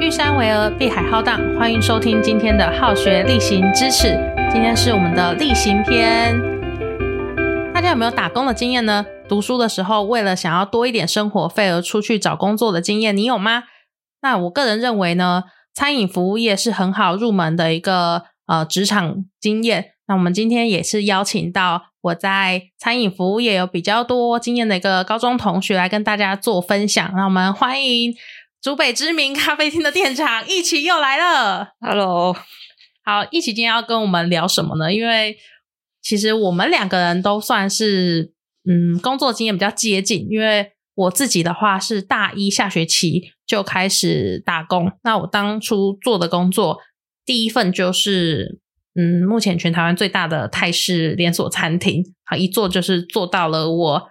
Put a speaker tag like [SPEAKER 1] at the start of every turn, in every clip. [SPEAKER 1] 聚山围而碧海浩荡，欢迎收听今天的好学例行知识。今天是我们的例行篇。大家有没有打工的经验呢？读书的时候，为了想要多一点生活费而出去找工作的经验，你有吗？那我个人认为呢，餐饮服务业是很好入门的一个呃职场经验。那我们今天也是邀请到我在餐饮服务业有比较多经验的一个高中同学来跟大家做分享。那我们欢迎竹北知名咖啡厅的店长一起又来了。
[SPEAKER 2] Hello，
[SPEAKER 1] 好，一起今天要跟我们聊什么呢？因为其实我们两个人都算是嗯工作经验比较接近，因为我自己的话是大一下学期就开始打工，那我当初做的工作第一份就是嗯目前全台湾最大的泰式连锁餐厅，好一做就是做到了我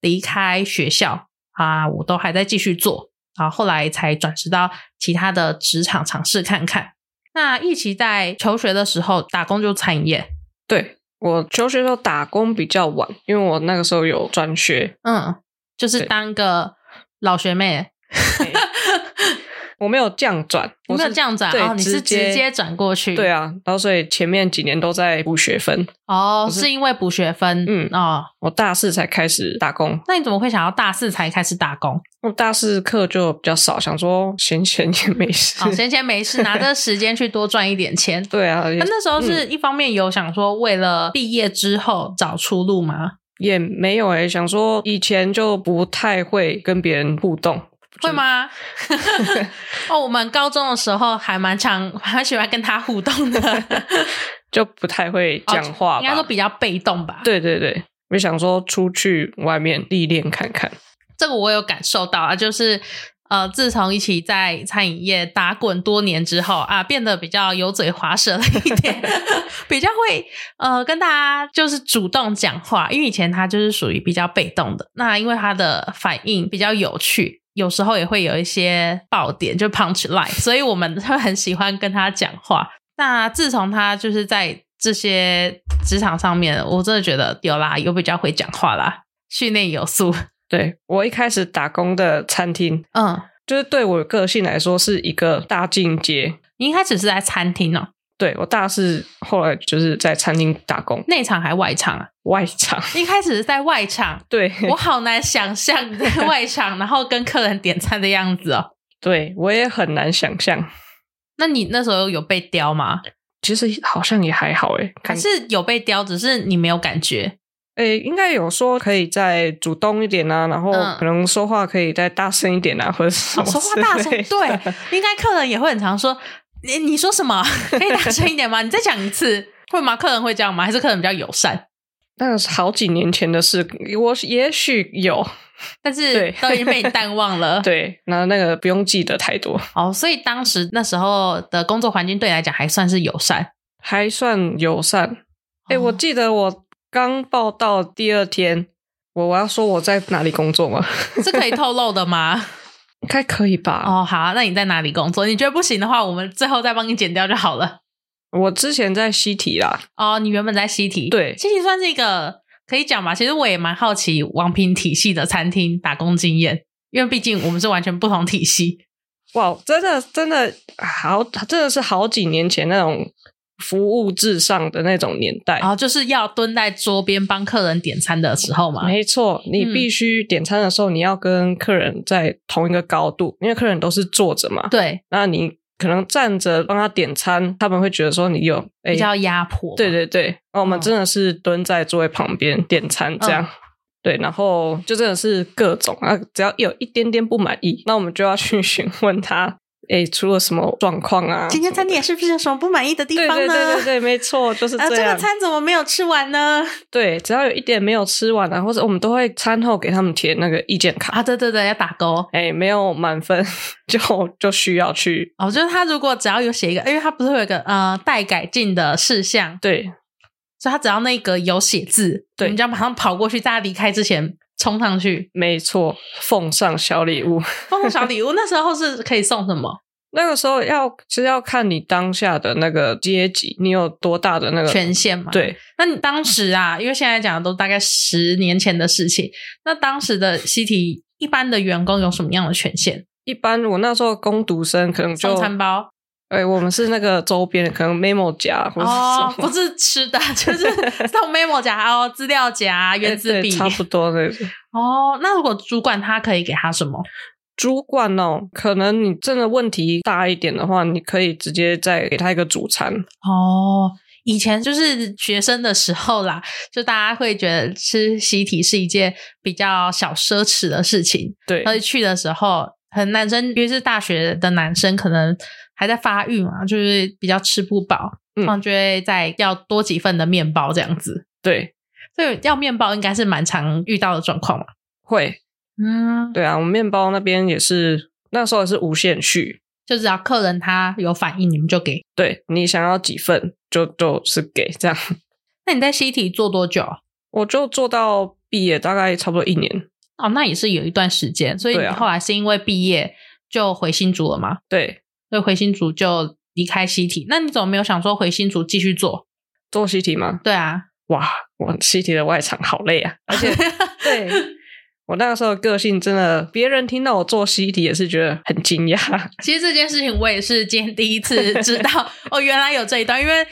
[SPEAKER 1] 离开学校啊，我都还在继续做。啊，后来才转职到其他的职场尝试看看。那一起在求学的时候打工就餐饮业，
[SPEAKER 2] 对我求学时候打工比较晚，因为我那个时候有转学，
[SPEAKER 1] 嗯，就是
[SPEAKER 2] 对
[SPEAKER 1] 当个老学妹，
[SPEAKER 2] 我没有降转，
[SPEAKER 1] 你
[SPEAKER 2] 我
[SPEAKER 1] 没有
[SPEAKER 2] 是
[SPEAKER 1] 这样子啊？
[SPEAKER 2] 对
[SPEAKER 1] 哦，你是
[SPEAKER 2] 直接
[SPEAKER 1] 直接转过去？
[SPEAKER 2] 对啊，然后所以前面几年都在补学分，
[SPEAKER 1] 哦，
[SPEAKER 2] 我是
[SPEAKER 1] 是因为补学分，
[SPEAKER 2] 嗯
[SPEAKER 1] 哦，
[SPEAKER 2] 我大四才开始打工，
[SPEAKER 1] 那你怎么会想要大四才开始打工？
[SPEAKER 2] 我大四课就比较少，想说闲闲也没事，
[SPEAKER 1] 哦，闲闲没事，拿这时间去多赚一点钱。
[SPEAKER 2] 对啊，也
[SPEAKER 1] 那那时候是一方面有想说为了毕业之后找出路吗？
[SPEAKER 2] 也没有诶、想说以前就不太会跟别人互动，
[SPEAKER 1] 会 吗？哦，我们高中的时候还蛮常蛮喜欢跟他互动的，
[SPEAKER 2] 就不太会讲
[SPEAKER 1] 哦
[SPEAKER 2] 话吧，
[SPEAKER 1] 应该说比较被动吧。，
[SPEAKER 2] 对对对，我想说出去外面历练看看，
[SPEAKER 1] 这个我有感受到啊，就是呃，自从一起在餐饮业打滚多年之后啊，变得比较油嘴滑舌了一点，比较会呃跟大家就是主动讲话，因为以前他就是属于比较被动的，那因为他的反应比较有趣。有时候也会有一些爆点，就 punch line，所以我们会很喜欢跟他讲话。那自从他就是在这些职场上面，我真的觉得有啦，有比较会讲话啦，训练有素。
[SPEAKER 2] 对我一开始打工的餐厅，
[SPEAKER 1] 嗯，
[SPEAKER 2] 就是对我个性来说是一个大进阶。
[SPEAKER 1] 你一开始是在餐厅哦、
[SPEAKER 2] 对我大四后来就是在餐厅打工，
[SPEAKER 1] 内场还外场啊？
[SPEAKER 2] 外场。，
[SPEAKER 1] 一开始是在外场
[SPEAKER 2] 对，
[SPEAKER 1] 我好难想象你在外场，然后跟客人点餐的样子哦、
[SPEAKER 2] 对我也很难想象。
[SPEAKER 1] 那你那时候有被刁吗？
[SPEAKER 2] 其实好像也还好诶，
[SPEAKER 1] 还
[SPEAKER 2] 感
[SPEAKER 1] 是有被刁，只是你没有感 觉？
[SPEAKER 2] 诶应该有说可以再主动一点啊，然后
[SPEAKER 1] 嗯
[SPEAKER 2] 可能说话可以再大声一点啊，或者是什
[SPEAKER 1] 哦
[SPEAKER 2] 么
[SPEAKER 1] 说话大
[SPEAKER 2] 之
[SPEAKER 1] 声，
[SPEAKER 2] 类的
[SPEAKER 1] 对，应该客人也会很常说，你你说什么？ 可以大声一点吗？你再讲一次，会吗？客人会这样吗？还是客人比较友善？
[SPEAKER 2] 那是好几年前的事，我也许有
[SPEAKER 1] 但是
[SPEAKER 2] 对
[SPEAKER 1] 都已经被你淡忘了。
[SPEAKER 2] 对，那那个不用记得太多，
[SPEAKER 1] 哦，所以当时那时候的工作环境对你来讲还算是友善。
[SPEAKER 2] 还算友善。哎、我记得我刚报到第二天，我我要说我在哪里工作吗？
[SPEAKER 1] 是可以透露的吗？
[SPEAKER 2] 应该可以吧。
[SPEAKER 1] 哦，好啊、那你在哪里工作？你觉得不行的话，我们最后再帮你剪掉就好了。
[SPEAKER 2] 我之前在西体啦，
[SPEAKER 1] 哦，你原本在西提，
[SPEAKER 2] 对
[SPEAKER 1] 西提算是一个可以讲吧。其实我也蛮好奇王平体系的餐厅打工经验，因为毕竟我们是完全不同体系。
[SPEAKER 2] 哇，真的真的好，真的是好几年前那种服务至上的那种年代。
[SPEAKER 1] 然后就是要蹲在桌边帮客人点餐的时候嘛。
[SPEAKER 2] 没错，你
[SPEAKER 1] 嗯
[SPEAKER 2] 必须点餐的时候，你要跟客人在同一个高度，因为客人都是坐着嘛。
[SPEAKER 1] 对，
[SPEAKER 2] 那你可能站着帮他点餐，他们会觉得说你有哎
[SPEAKER 1] 比，较压迫。
[SPEAKER 2] 对，对对，那我们
[SPEAKER 1] 哦
[SPEAKER 2] 真的是蹲在座位旁边点餐这样。
[SPEAKER 1] 嗯
[SPEAKER 2] 对，然后就真的是各种啊，只要有一点点不满意，那我们就要去 询问他，哎，出了什么状况啊？
[SPEAKER 1] 今天餐点是不是有什么不满意的地
[SPEAKER 2] 对
[SPEAKER 1] 方呢？
[SPEAKER 2] 对对对对，没错，就是
[SPEAKER 1] 啊，这
[SPEAKER 2] 这
[SPEAKER 1] 个
[SPEAKER 2] 样。
[SPEAKER 1] 餐怎么没有吃完呢？
[SPEAKER 2] 对，只要有一点没有吃完啊，或者我们都会餐后给他们填那个意见卡。
[SPEAKER 1] 啊，对对对，要打勾。
[SPEAKER 2] 哎，没有满分 就就需要去
[SPEAKER 1] 哦，就是他如果只要有写一个，因为他不是会有一个呃待改进的事项，
[SPEAKER 2] 对
[SPEAKER 1] 所以他只要那个有写字，
[SPEAKER 2] 对
[SPEAKER 1] 你就要马上跑过去，在他离开之前冲上去
[SPEAKER 2] 没错，奉上小礼物。
[SPEAKER 1] 送个小礼物。那时候是可以送什么
[SPEAKER 2] 那个时候要其实要看你当下的那个阶级，你有多大的那个
[SPEAKER 1] 权限嘛？。
[SPEAKER 2] 呃对
[SPEAKER 1] 那你当时啊，因为现在讲的都大概十年前的事情，那当时的西提一般的员工有什么样的权限？
[SPEAKER 2] 一般我那时候攻读生可能就
[SPEAKER 1] 送，餐包
[SPEAKER 2] 哎、我们是那个周边的，可能 memo 夹或者
[SPEAKER 1] 哦，
[SPEAKER 2] 什么，
[SPEAKER 1] 不是吃的， 就是送 memo 夹哦，资料夹、
[SPEAKER 2] 哎
[SPEAKER 1] 原子
[SPEAKER 2] 对
[SPEAKER 1] 笔。
[SPEAKER 2] 差不多那种。
[SPEAKER 1] 哦，那如果主管他可以给他什么？
[SPEAKER 2] 主管哦，可能你真的问题大一点的话，你可以直接再给他一个主餐，
[SPEAKER 1] 哦，以前就是学生的时候啦，就大家会觉得吃习题是一件比较小奢侈的事情，
[SPEAKER 2] 对，
[SPEAKER 1] 而且去的时候，很男生，尤其是大学的男生，可能还在发育嘛，就是比较吃不饱，
[SPEAKER 2] 嗯
[SPEAKER 1] 然后就会再要多几份的面包这样子。
[SPEAKER 2] 对，
[SPEAKER 1] 所以要面包应该是蛮常遇到的状况嘛。
[SPEAKER 2] 会，
[SPEAKER 1] 嗯，
[SPEAKER 2] 对啊，我们面包那边也是那时候也是无限续，
[SPEAKER 1] 就只要客人他有反应，你们就给。
[SPEAKER 2] 对你想要几份就就是给这样，
[SPEAKER 1] 那你在西体做多久？啊
[SPEAKER 2] 我就做到毕业大概差不多一年，
[SPEAKER 1] 哦，那也是有一段时间，所以你
[SPEAKER 2] 对啊
[SPEAKER 1] 后来是因为毕业就回新竹了吗？
[SPEAKER 2] 对，
[SPEAKER 1] 所以回新竹就离开西体，那你怎么没有想说回新竹继续做？
[SPEAKER 2] 做习题吗？
[SPEAKER 1] 对啊，
[SPEAKER 2] 哇，我习题的外场好累啊，嗯而 且对。我那个时候个性真的，别人听到我做习题也是觉得很惊讶。
[SPEAKER 1] 其实这件事情我也是今天第一次知 道，哦，原来有这一段，因为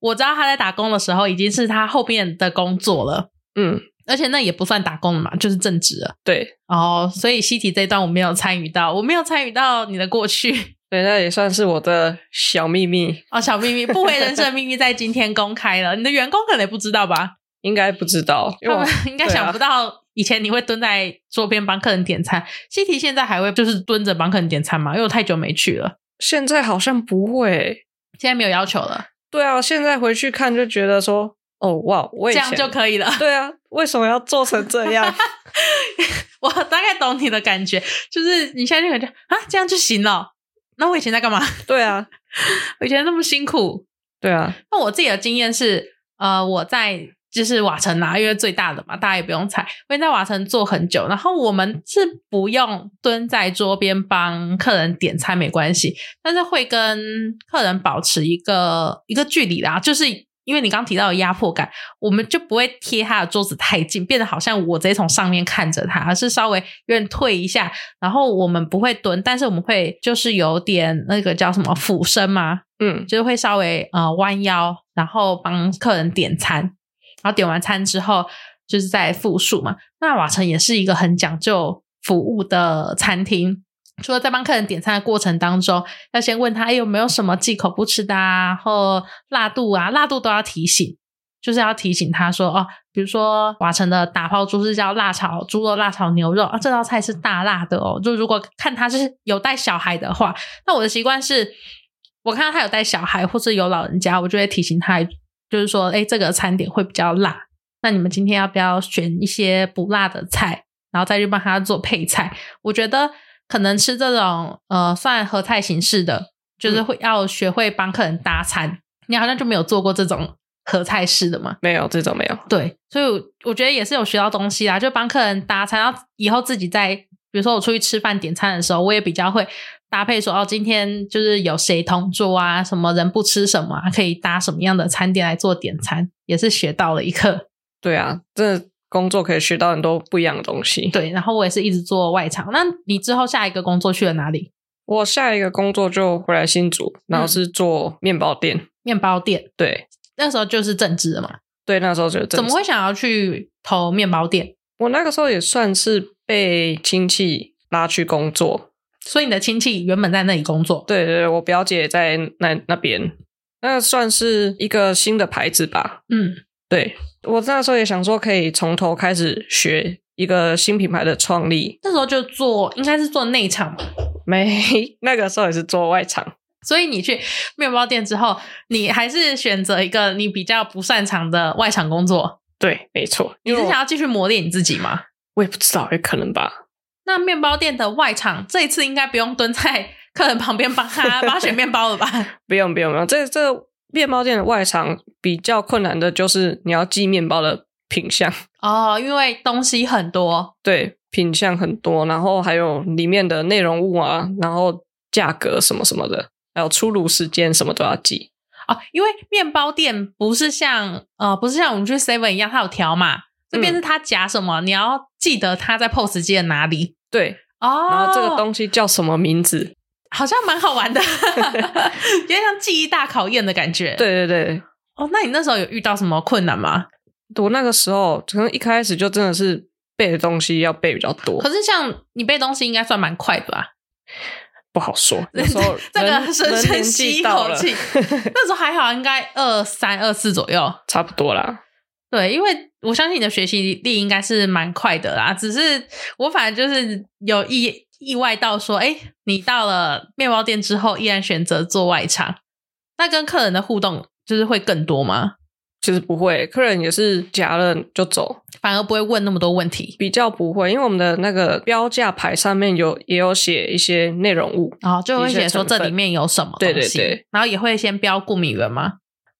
[SPEAKER 1] 我知道他在打工的时候已经是他后面的工作了，
[SPEAKER 2] 嗯，
[SPEAKER 1] 而且那也不算打工了嘛，就是正职了。
[SPEAKER 2] 对
[SPEAKER 1] 哦，所以西体这一段我没有参与到，我没有参与到你的过去
[SPEAKER 2] 对，那也算是我的小秘密，
[SPEAKER 1] 哦，小秘密不为人知的秘密在今天公开了，你的员工可能也不知道吧？
[SPEAKER 2] 应该不知道，因为
[SPEAKER 1] 他
[SPEAKER 2] 我啊
[SPEAKER 1] 们 应该想不到以前你会蹲在桌边帮客人点餐，西提现在还会就是蹲着帮客人点餐吗？因为我太久没去了，
[SPEAKER 2] 现在好像不会。
[SPEAKER 1] 现在没有要求了，
[SPEAKER 2] 对啊，现在回去看就觉得说，哦哇，我
[SPEAKER 1] 这
[SPEAKER 2] 以前
[SPEAKER 1] 样就可以了。
[SPEAKER 2] 对啊，为什么要做成这 样？
[SPEAKER 1] 我大概懂你的感觉，就是你现在就感觉啊，这样就行了。那我以前在干嘛？
[SPEAKER 2] 对啊，
[SPEAKER 1] 我以前那么辛苦。
[SPEAKER 2] 对啊，
[SPEAKER 1] 那我自己的经验是，呃，我在就是瓦城啊，因为最大的嘛，大家也不用猜。我已经在瓦城做很久，然后我们是不用蹲在桌边帮客人点餐没关系，但是会跟客人保持一个一个距离啦，就是。因为你刚提到的压迫感，我们就不会贴他的桌子太近，变得好像我直接从上面看着他，而是稍微有点退一下，然后我们不会蹲，但是我们会就是有点那个叫什么俯身吗？
[SPEAKER 2] 嗯，
[SPEAKER 1] 就是会稍微呃弯腰，然后帮客人点餐，然后点完餐之后就是再复述嘛。那瓦城也是一个很讲究服务的餐厅。除了在帮客人点餐的过程当中，要先问他、哎有没有什么忌口不吃的啊，或辣度啊，辣度都要提醒，就是要提醒他说哦，比如说瓦城的打抛猪是叫辣炒猪肉、辣炒牛肉啊，这道菜是大辣的哦。就如果看他是有带小孩的话，那我的习惯是，我看到他有带小孩或是有老人家，我就会提醒他，就是说，哎，这个餐点会比较辣，那你们今天要不要选一些不辣的菜，然后再去帮他做配菜？我觉得可能吃这种呃算合菜形式的，就是会要学会帮客人搭餐。你好像就没有做过这种合菜式的嘛？
[SPEAKER 2] 没有这种没有，
[SPEAKER 1] 对，所以我我觉得也是有学到东西啦，就帮客人搭餐，然后以后自己在，比如说我出去吃饭点餐的时候，我也比较会搭配说，哦，今天就是有谁同桌啊，什么人不吃什么、啊，可以搭什么样的餐点来做点餐，也是学到了一课。
[SPEAKER 2] 对啊，这工作可以学到很多不一样的东西。
[SPEAKER 1] 对，然后我也是一直做外场。那你之后下一个工作去了哪里？
[SPEAKER 2] 我下一个工作就回来新竹，然后
[SPEAKER 1] 嗯
[SPEAKER 2] 是做面包店。
[SPEAKER 1] 面包店，
[SPEAKER 2] 对
[SPEAKER 1] 那时候就是正职了嘛，
[SPEAKER 2] 对，那时候就
[SPEAKER 1] 怎么会想要去投面包店？
[SPEAKER 2] 我那个时候也算是被亲戚拉去工作。
[SPEAKER 1] 所以你的亲戚原本在那里工作，
[SPEAKER 2] 对对，对我表姐在那那边，那算是一个新的牌子吧。
[SPEAKER 1] 嗯，
[SPEAKER 2] 对我那时候也想说，可以从头开始学一个新品牌的创立。
[SPEAKER 1] 那时候就做应该是做内场嘛，
[SPEAKER 2] 没， 那个时候也是做外场。
[SPEAKER 1] 所以你去面包店之后，你还是选择一个你比较不擅长的外场工作，
[SPEAKER 2] 对，没错，
[SPEAKER 1] 你
[SPEAKER 2] 因
[SPEAKER 1] 是
[SPEAKER 2] 为
[SPEAKER 1] 想
[SPEAKER 2] 我
[SPEAKER 1] 要继续磨练你自己吗？
[SPEAKER 2] 我也不知道，也可能吧。
[SPEAKER 1] 那面包店的外场这一次应该不用蹲在 客人旁边帮他帮他选面包了 吧？
[SPEAKER 2] 不用不用不用，这这面包店的外场比较困难的就是你要记面包的品相，
[SPEAKER 1] 哦，因为东西很多，
[SPEAKER 2] 对，品相很多，然后还有里面的内容物啊，然后价格什么什么的，还有出炉时间什么都要记。
[SPEAKER 1] 哦，因为面包店不是像呃，不是像我们去 Seven 一
[SPEAKER 2] 嗯
[SPEAKER 1] 样，它有条码，这边是他夹什么，你要记得他在 POS 机的哪里。
[SPEAKER 2] 对
[SPEAKER 1] 哦，
[SPEAKER 2] 然后这个东西叫什么名字？
[SPEAKER 1] 好像蛮好 玩的，有点像记忆大考验的感觉。，
[SPEAKER 2] 对对对，
[SPEAKER 1] 哦，那你那时候有遇到什么困难吗？
[SPEAKER 2] 我那个时候可能一开始就真的是背的东西要背比较多
[SPEAKER 1] 可，是像你背东西应该算蛮快的吧？
[SPEAKER 2] 不好说。 有时候
[SPEAKER 1] 这
[SPEAKER 2] 人
[SPEAKER 1] 个深
[SPEAKER 2] 人
[SPEAKER 1] 深
[SPEAKER 2] 年
[SPEAKER 1] 吸
[SPEAKER 2] 纪
[SPEAKER 1] 一
[SPEAKER 2] 到
[SPEAKER 1] 口
[SPEAKER 2] 了，
[SPEAKER 1] 气，那时候还好，应该二三二四左右。
[SPEAKER 2] 差不多啦。
[SPEAKER 1] 对，因为我相信你的学习力应该是蛮快的啦，只是我反正就是有意意外到说，哎，你到了面包店之后，依然选择做外场，那跟客人的互动就是会更多吗？
[SPEAKER 2] 其实不会，客人也是夹了就走，
[SPEAKER 1] 反而不会问那么多问题，
[SPEAKER 2] 比较不会，因为我们的那个标价牌上面有也有写一些内容物，
[SPEAKER 1] 然后哦就会
[SPEAKER 2] 一
[SPEAKER 1] 写
[SPEAKER 2] 些
[SPEAKER 1] 说
[SPEAKER 2] 成
[SPEAKER 1] 这
[SPEAKER 2] 分
[SPEAKER 1] 里面有什么东
[SPEAKER 2] 对
[SPEAKER 1] 西，
[SPEAKER 2] 对对
[SPEAKER 1] 然后也会先标顾名源吗？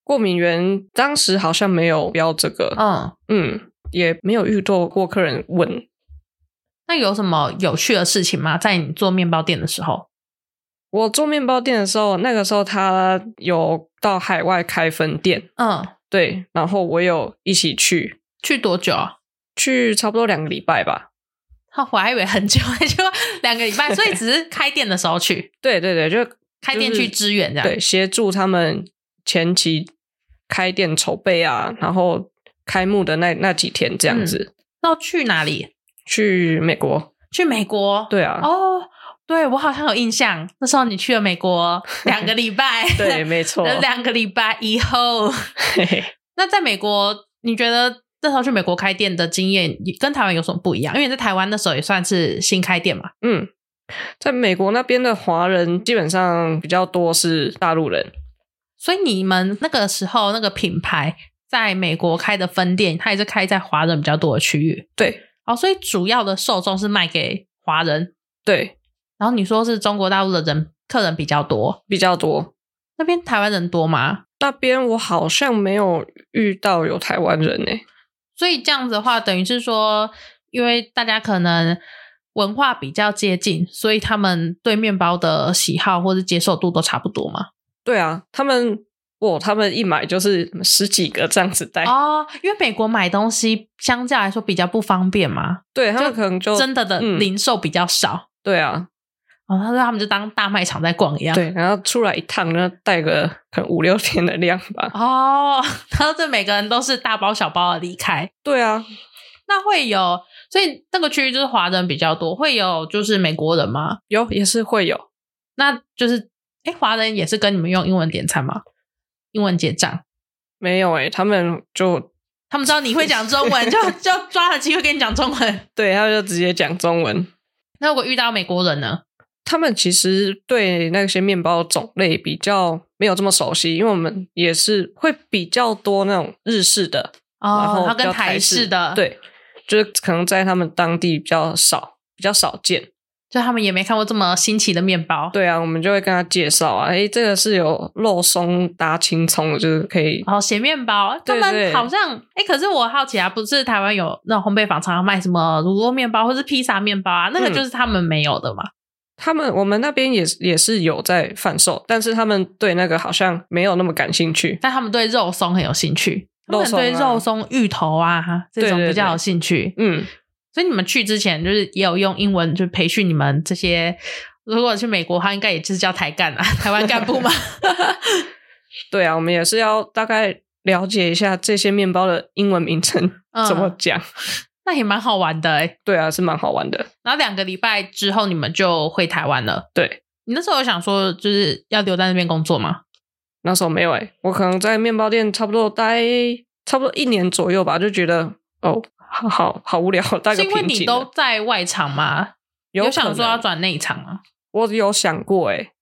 [SPEAKER 2] 过敏源当时好像没有标这个，
[SPEAKER 1] 嗯，
[SPEAKER 2] 嗯，也没有遇到过客人问。
[SPEAKER 1] 那有什么有趣的事情吗？在你做面包店的时候，
[SPEAKER 2] 我做面包店的时候，那个时候他有到海外开分店，
[SPEAKER 1] 嗯，
[SPEAKER 2] 对，然后我有一起去，
[SPEAKER 1] 去多久啊？
[SPEAKER 2] 去差不多两个礼拜吧。
[SPEAKER 1] 哦我还以为很久， 就两个礼拜，所以只是开店的时候去，
[SPEAKER 2] 对对对，就
[SPEAKER 1] 开店去支援这样。
[SPEAKER 2] 对，协助他们前期开店筹备啊，然后开幕的那那几天这样子、
[SPEAKER 1] 那去哪里？
[SPEAKER 2] 去美国。
[SPEAKER 1] 去美国？、
[SPEAKER 2] 对啊，
[SPEAKER 1] 哦，对我好像有印象，那时候你去了美 国两个礼拜，
[SPEAKER 2] 对，，没错。
[SPEAKER 1] 两个礼拜以后，
[SPEAKER 2] 嘿嘿
[SPEAKER 1] 那在美国，你觉得那时候去美国开店的经验跟台湾有什么不一样？因为你在台湾那时候也算是新开店嘛，
[SPEAKER 2] 嗯，在美国那边的华人基本上比较多是大陆人，
[SPEAKER 1] 所以你们那个时候那个品牌在美国开的分店，它也是开在华人比较多的区域
[SPEAKER 2] 对
[SPEAKER 1] 哦，所以主要的受众是卖给华人。
[SPEAKER 2] 对，
[SPEAKER 1] 然后你说是中国大陆的人客人比较多，
[SPEAKER 2] 比较多。
[SPEAKER 1] 那边台湾人多吗？
[SPEAKER 2] 那边我好像没有遇到有台湾人欸诶、
[SPEAKER 1] 所以这样子的话，等于是说，因为大家可能文化比较接近，所以他们对面包的喜好或者接受度都差不多嘛。
[SPEAKER 2] 对啊，他们我他们一买就是十几个这样子带，
[SPEAKER 1] 哦，因为美国买东西相较来说比较不方便嘛，
[SPEAKER 2] 对他们可能就
[SPEAKER 1] 真的的
[SPEAKER 2] 嗯
[SPEAKER 1] 零售比较少。
[SPEAKER 2] 对啊，
[SPEAKER 1] 哦，他说他们就当大卖场在逛一样。
[SPEAKER 2] 对，然后出来一趟呢，带个可能五六天的量吧。
[SPEAKER 1] 哦， 然后这每个人都是大包小包的离开，
[SPEAKER 2] 对啊，
[SPEAKER 1] 那会有，所以那个区域就是华人比较多，会有就是美国人吗？
[SPEAKER 2] 有也是会有，
[SPEAKER 1] 那就是，哎，华人也是跟你们用英文点餐吗？英文结账，
[SPEAKER 2] 没有诶、欸他们就
[SPEAKER 1] 他们知道你会讲中文， 就就抓了机会跟你讲中文。
[SPEAKER 2] 对，他们就直接讲中文。
[SPEAKER 1] 那如果遇到美国人呢？
[SPEAKER 2] 他们其实对那些面包种类比较没有这么熟悉，因为我们也是会比较多那种日式的，然
[SPEAKER 1] 哦，
[SPEAKER 2] 后
[SPEAKER 1] 他
[SPEAKER 2] 比
[SPEAKER 1] 跟
[SPEAKER 2] 较
[SPEAKER 1] 台
[SPEAKER 2] 式
[SPEAKER 1] 式的，，
[SPEAKER 2] 对，就是可能在他们当地比较少，比较少见。
[SPEAKER 1] 就他们也没看过这么新奇的面包。，
[SPEAKER 2] 对啊，我们就会跟他介绍啊，诶，这个是有肉松搭青葱的，就是可以，
[SPEAKER 1] 然后咸哦面包，他
[SPEAKER 2] 对
[SPEAKER 1] 们
[SPEAKER 2] 对
[SPEAKER 1] 好像，哎，可是我好奇啊，不是台湾有那种烘焙坊常常卖什么乳酪面包或是披萨面包啊？那个
[SPEAKER 2] 嗯
[SPEAKER 1] 就是他们没有的嘛。
[SPEAKER 2] 他们我们那边也是也是有在贩售，但是他们对那个好像没有那么感兴趣。
[SPEAKER 1] 但他们对肉松很有兴趣，他们
[SPEAKER 2] 肉松啊
[SPEAKER 1] 对肉松、芋头啊这种
[SPEAKER 2] 对对
[SPEAKER 1] 比较有
[SPEAKER 2] 对
[SPEAKER 1] 兴趣。
[SPEAKER 2] 嗯，
[SPEAKER 1] 所以你们去之前就是也有用英文就培训你们这些，如果去美国的话，应该也就是叫台干啊，台湾干 部嘛。
[SPEAKER 2] 对啊，我们也是要大概了解一下这些面包的英文名称
[SPEAKER 1] 嗯
[SPEAKER 2] 怎么讲。
[SPEAKER 1] 那也蛮好玩的哎、
[SPEAKER 2] 对啊，是蛮好玩的。
[SPEAKER 1] 然后两个礼拜之后你们就回台湾了。
[SPEAKER 2] 对，
[SPEAKER 1] 你那时候有想说就是要留在那边工作吗？
[SPEAKER 2] 那时候没有诶、我可能在面包店差不多待差不多一年左右吧，就觉得哦，好好好无聊， 大概
[SPEAKER 1] 是因为
[SPEAKER 2] 瓶
[SPEAKER 1] 你
[SPEAKER 2] 颈
[SPEAKER 1] 都
[SPEAKER 2] 了
[SPEAKER 1] 在外场吗？
[SPEAKER 2] 有可
[SPEAKER 1] 想说
[SPEAKER 2] 能
[SPEAKER 1] 要转内场吗？
[SPEAKER 2] 我有想过诶、欸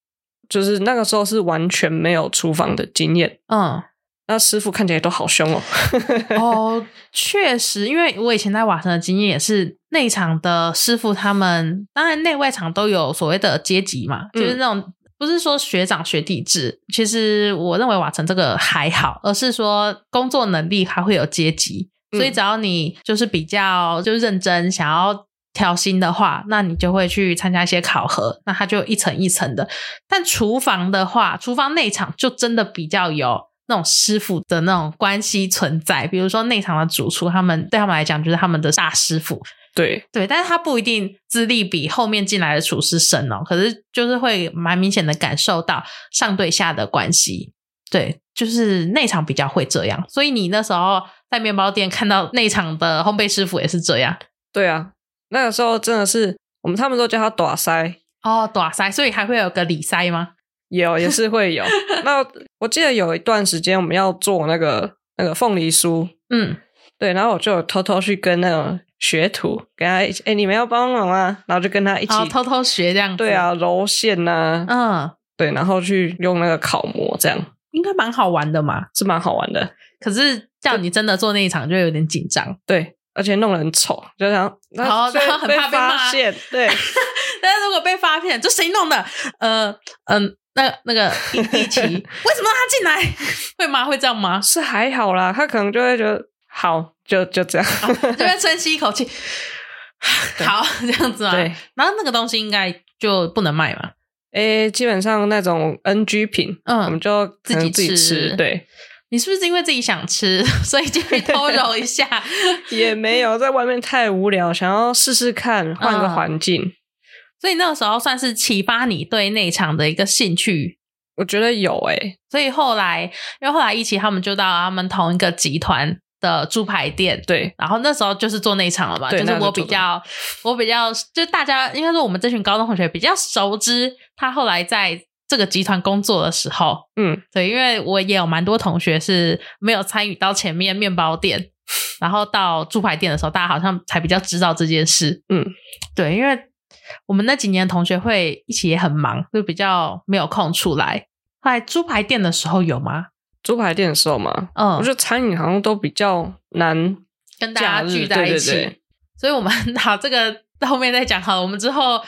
[SPEAKER 2] 就是那个时候是完全没有厨房的经验，
[SPEAKER 1] 嗯，
[SPEAKER 2] 那师傅看起来都好凶哦。
[SPEAKER 1] 哦，确实，因为我以前在瓦城的经验也是，内场的师傅他们，当然内外场都有所谓的阶级嘛，就是那种、不是说学长学弟制。其实我认为瓦城这个还好，而是说工作能力还会有阶级，所以
[SPEAKER 2] 嗯
[SPEAKER 1] 只要你就是比较就是认真想要。调薪的话，那你就会去参加一些考核，那它就一层一层的。但厨房的话，厨房内场就真的比较有那种师傅的那种关系存在。比如说内场的主厨，他们对他们来讲就是他们的大师傅，
[SPEAKER 2] 对，
[SPEAKER 1] 对，但是他不一定资历比后面进来的厨师深哦，可是就是会蛮明显的感受到上对下的关系。对，就是内场比较会这样，所以你那时候在面包店看到内场的烘焙师傅也是这样
[SPEAKER 2] 对啊，那个时候真的是我们他们都叫他短塞，
[SPEAKER 1] 哦，短塞，所以还会有个里塞吗？
[SPEAKER 2] 有也是 会有。那我记得有一段时间我们要做那个那个凤梨酥，
[SPEAKER 1] 嗯，
[SPEAKER 2] 对，然后我就有偷偷去跟那种学徒，跟他一起，哎、你们要帮忙啊，然后就跟他一起，
[SPEAKER 1] 然后哦偷偷学这样子，
[SPEAKER 2] 对，啊，揉馅呐、
[SPEAKER 1] 嗯，
[SPEAKER 2] 对，然后去用那个烤模，这样
[SPEAKER 1] 应该蛮好玩的嘛。
[SPEAKER 2] 是蛮好玩的，
[SPEAKER 1] 可是叫你真的做那一场就有点紧张，
[SPEAKER 2] 对，而且弄得很丑，就想，然
[SPEAKER 1] 好
[SPEAKER 2] 所以
[SPEAKER 1] 然后很
[SPEAKER 2] 被
[SPEAKER 1] 怕被
[SPEAKER 2] 发
[SPEAKER 1] 骂
[SPEAKER 2] 现，对，
[SPEAKER 1] 但是如果被发现，这谁弄的？呃，嗯、那那个伊蒂奇，为什么让他进来？ 会吗？会这样吗？
[SPEAKER 2] 是还好啦，他可能就会觉得好，就就这样，
[SPEAKER 1] 就会深吸一口气，好 这样子啊。
[SPEAKER 2] 对。
[SPEAKER 1] 然后那个东西应该就不能卖嘛。
[SPEAKER 2] 诶，哎基本上那种 NG 品，
[SPEAKER 1] 嗯
[SPEAKER 2] 我们就可
[SPEAKER 1] 自
[SPEAKER 2] 能
[SPEAKER 1] 己
[SPEAKER 2] 自己
[SPEAKER 1] 吃
[SPEAKER 2] 对，
[SPEAKER 1] 你是不是因为自己想吃， 所以进去偷揉一下？
[SPEAKER 2] 也没有在外面太无聊，想要试试看，换个
[SPEAKER 1] 嗯
[SPEAKER 2] 环境。
[SPEAKER 1] 所以那个时候算是启发你对内场的一个兴趣。
[SPEAKER 2] 我觉得有哎诶、
[SPEAKER 1] 所以后来，因为后来一起他们就到他们同一个集团的猪排店，
[SPEAKER 2] 对
[SPEAKER 1] 然后那时候就是做内场了嘛，
[SPEAKER 2] 对
[SPEAKER 1] 就是
[SPEAKER 2] 那时
[SPEAKER 1] 我
[SPEAKER 2] 候
[SPEAKER 1] 比
[SPEAKER 2] 做
[SPEAKER 1] 较，我比较，就大家应该说我们这群高中同学比较熟知他后来在这个集团工作的时候，
[SPEAKER 2] 嗯，
[SPEAKER 1] 对，因为我也有蛮多同学是没有参与到前面面包店，然后到猪排店的时候，大家好像才比较知道这件事。
[SPEAKER 2] 嗯，
[SPEAKER 1] 对，因为我们那几年同学会一起也很忙，就比较没有空出来。后来猪排店的时候有吗？
[SPEAKER 2] 猪排店的时候嘛，
[SPEAKER 1] 嗯
[SPEAKER 2] 我觉，得餐饮好像都比较难，
[SPEAKER 1] 跟大家
[SPEAKER 2] 假日
[SPEAKER 1] 聚在一起。
[SPEAKER 2] 对对对
[SPEAKER 1] 所以我们 好，这个后面再讲好了。我们之后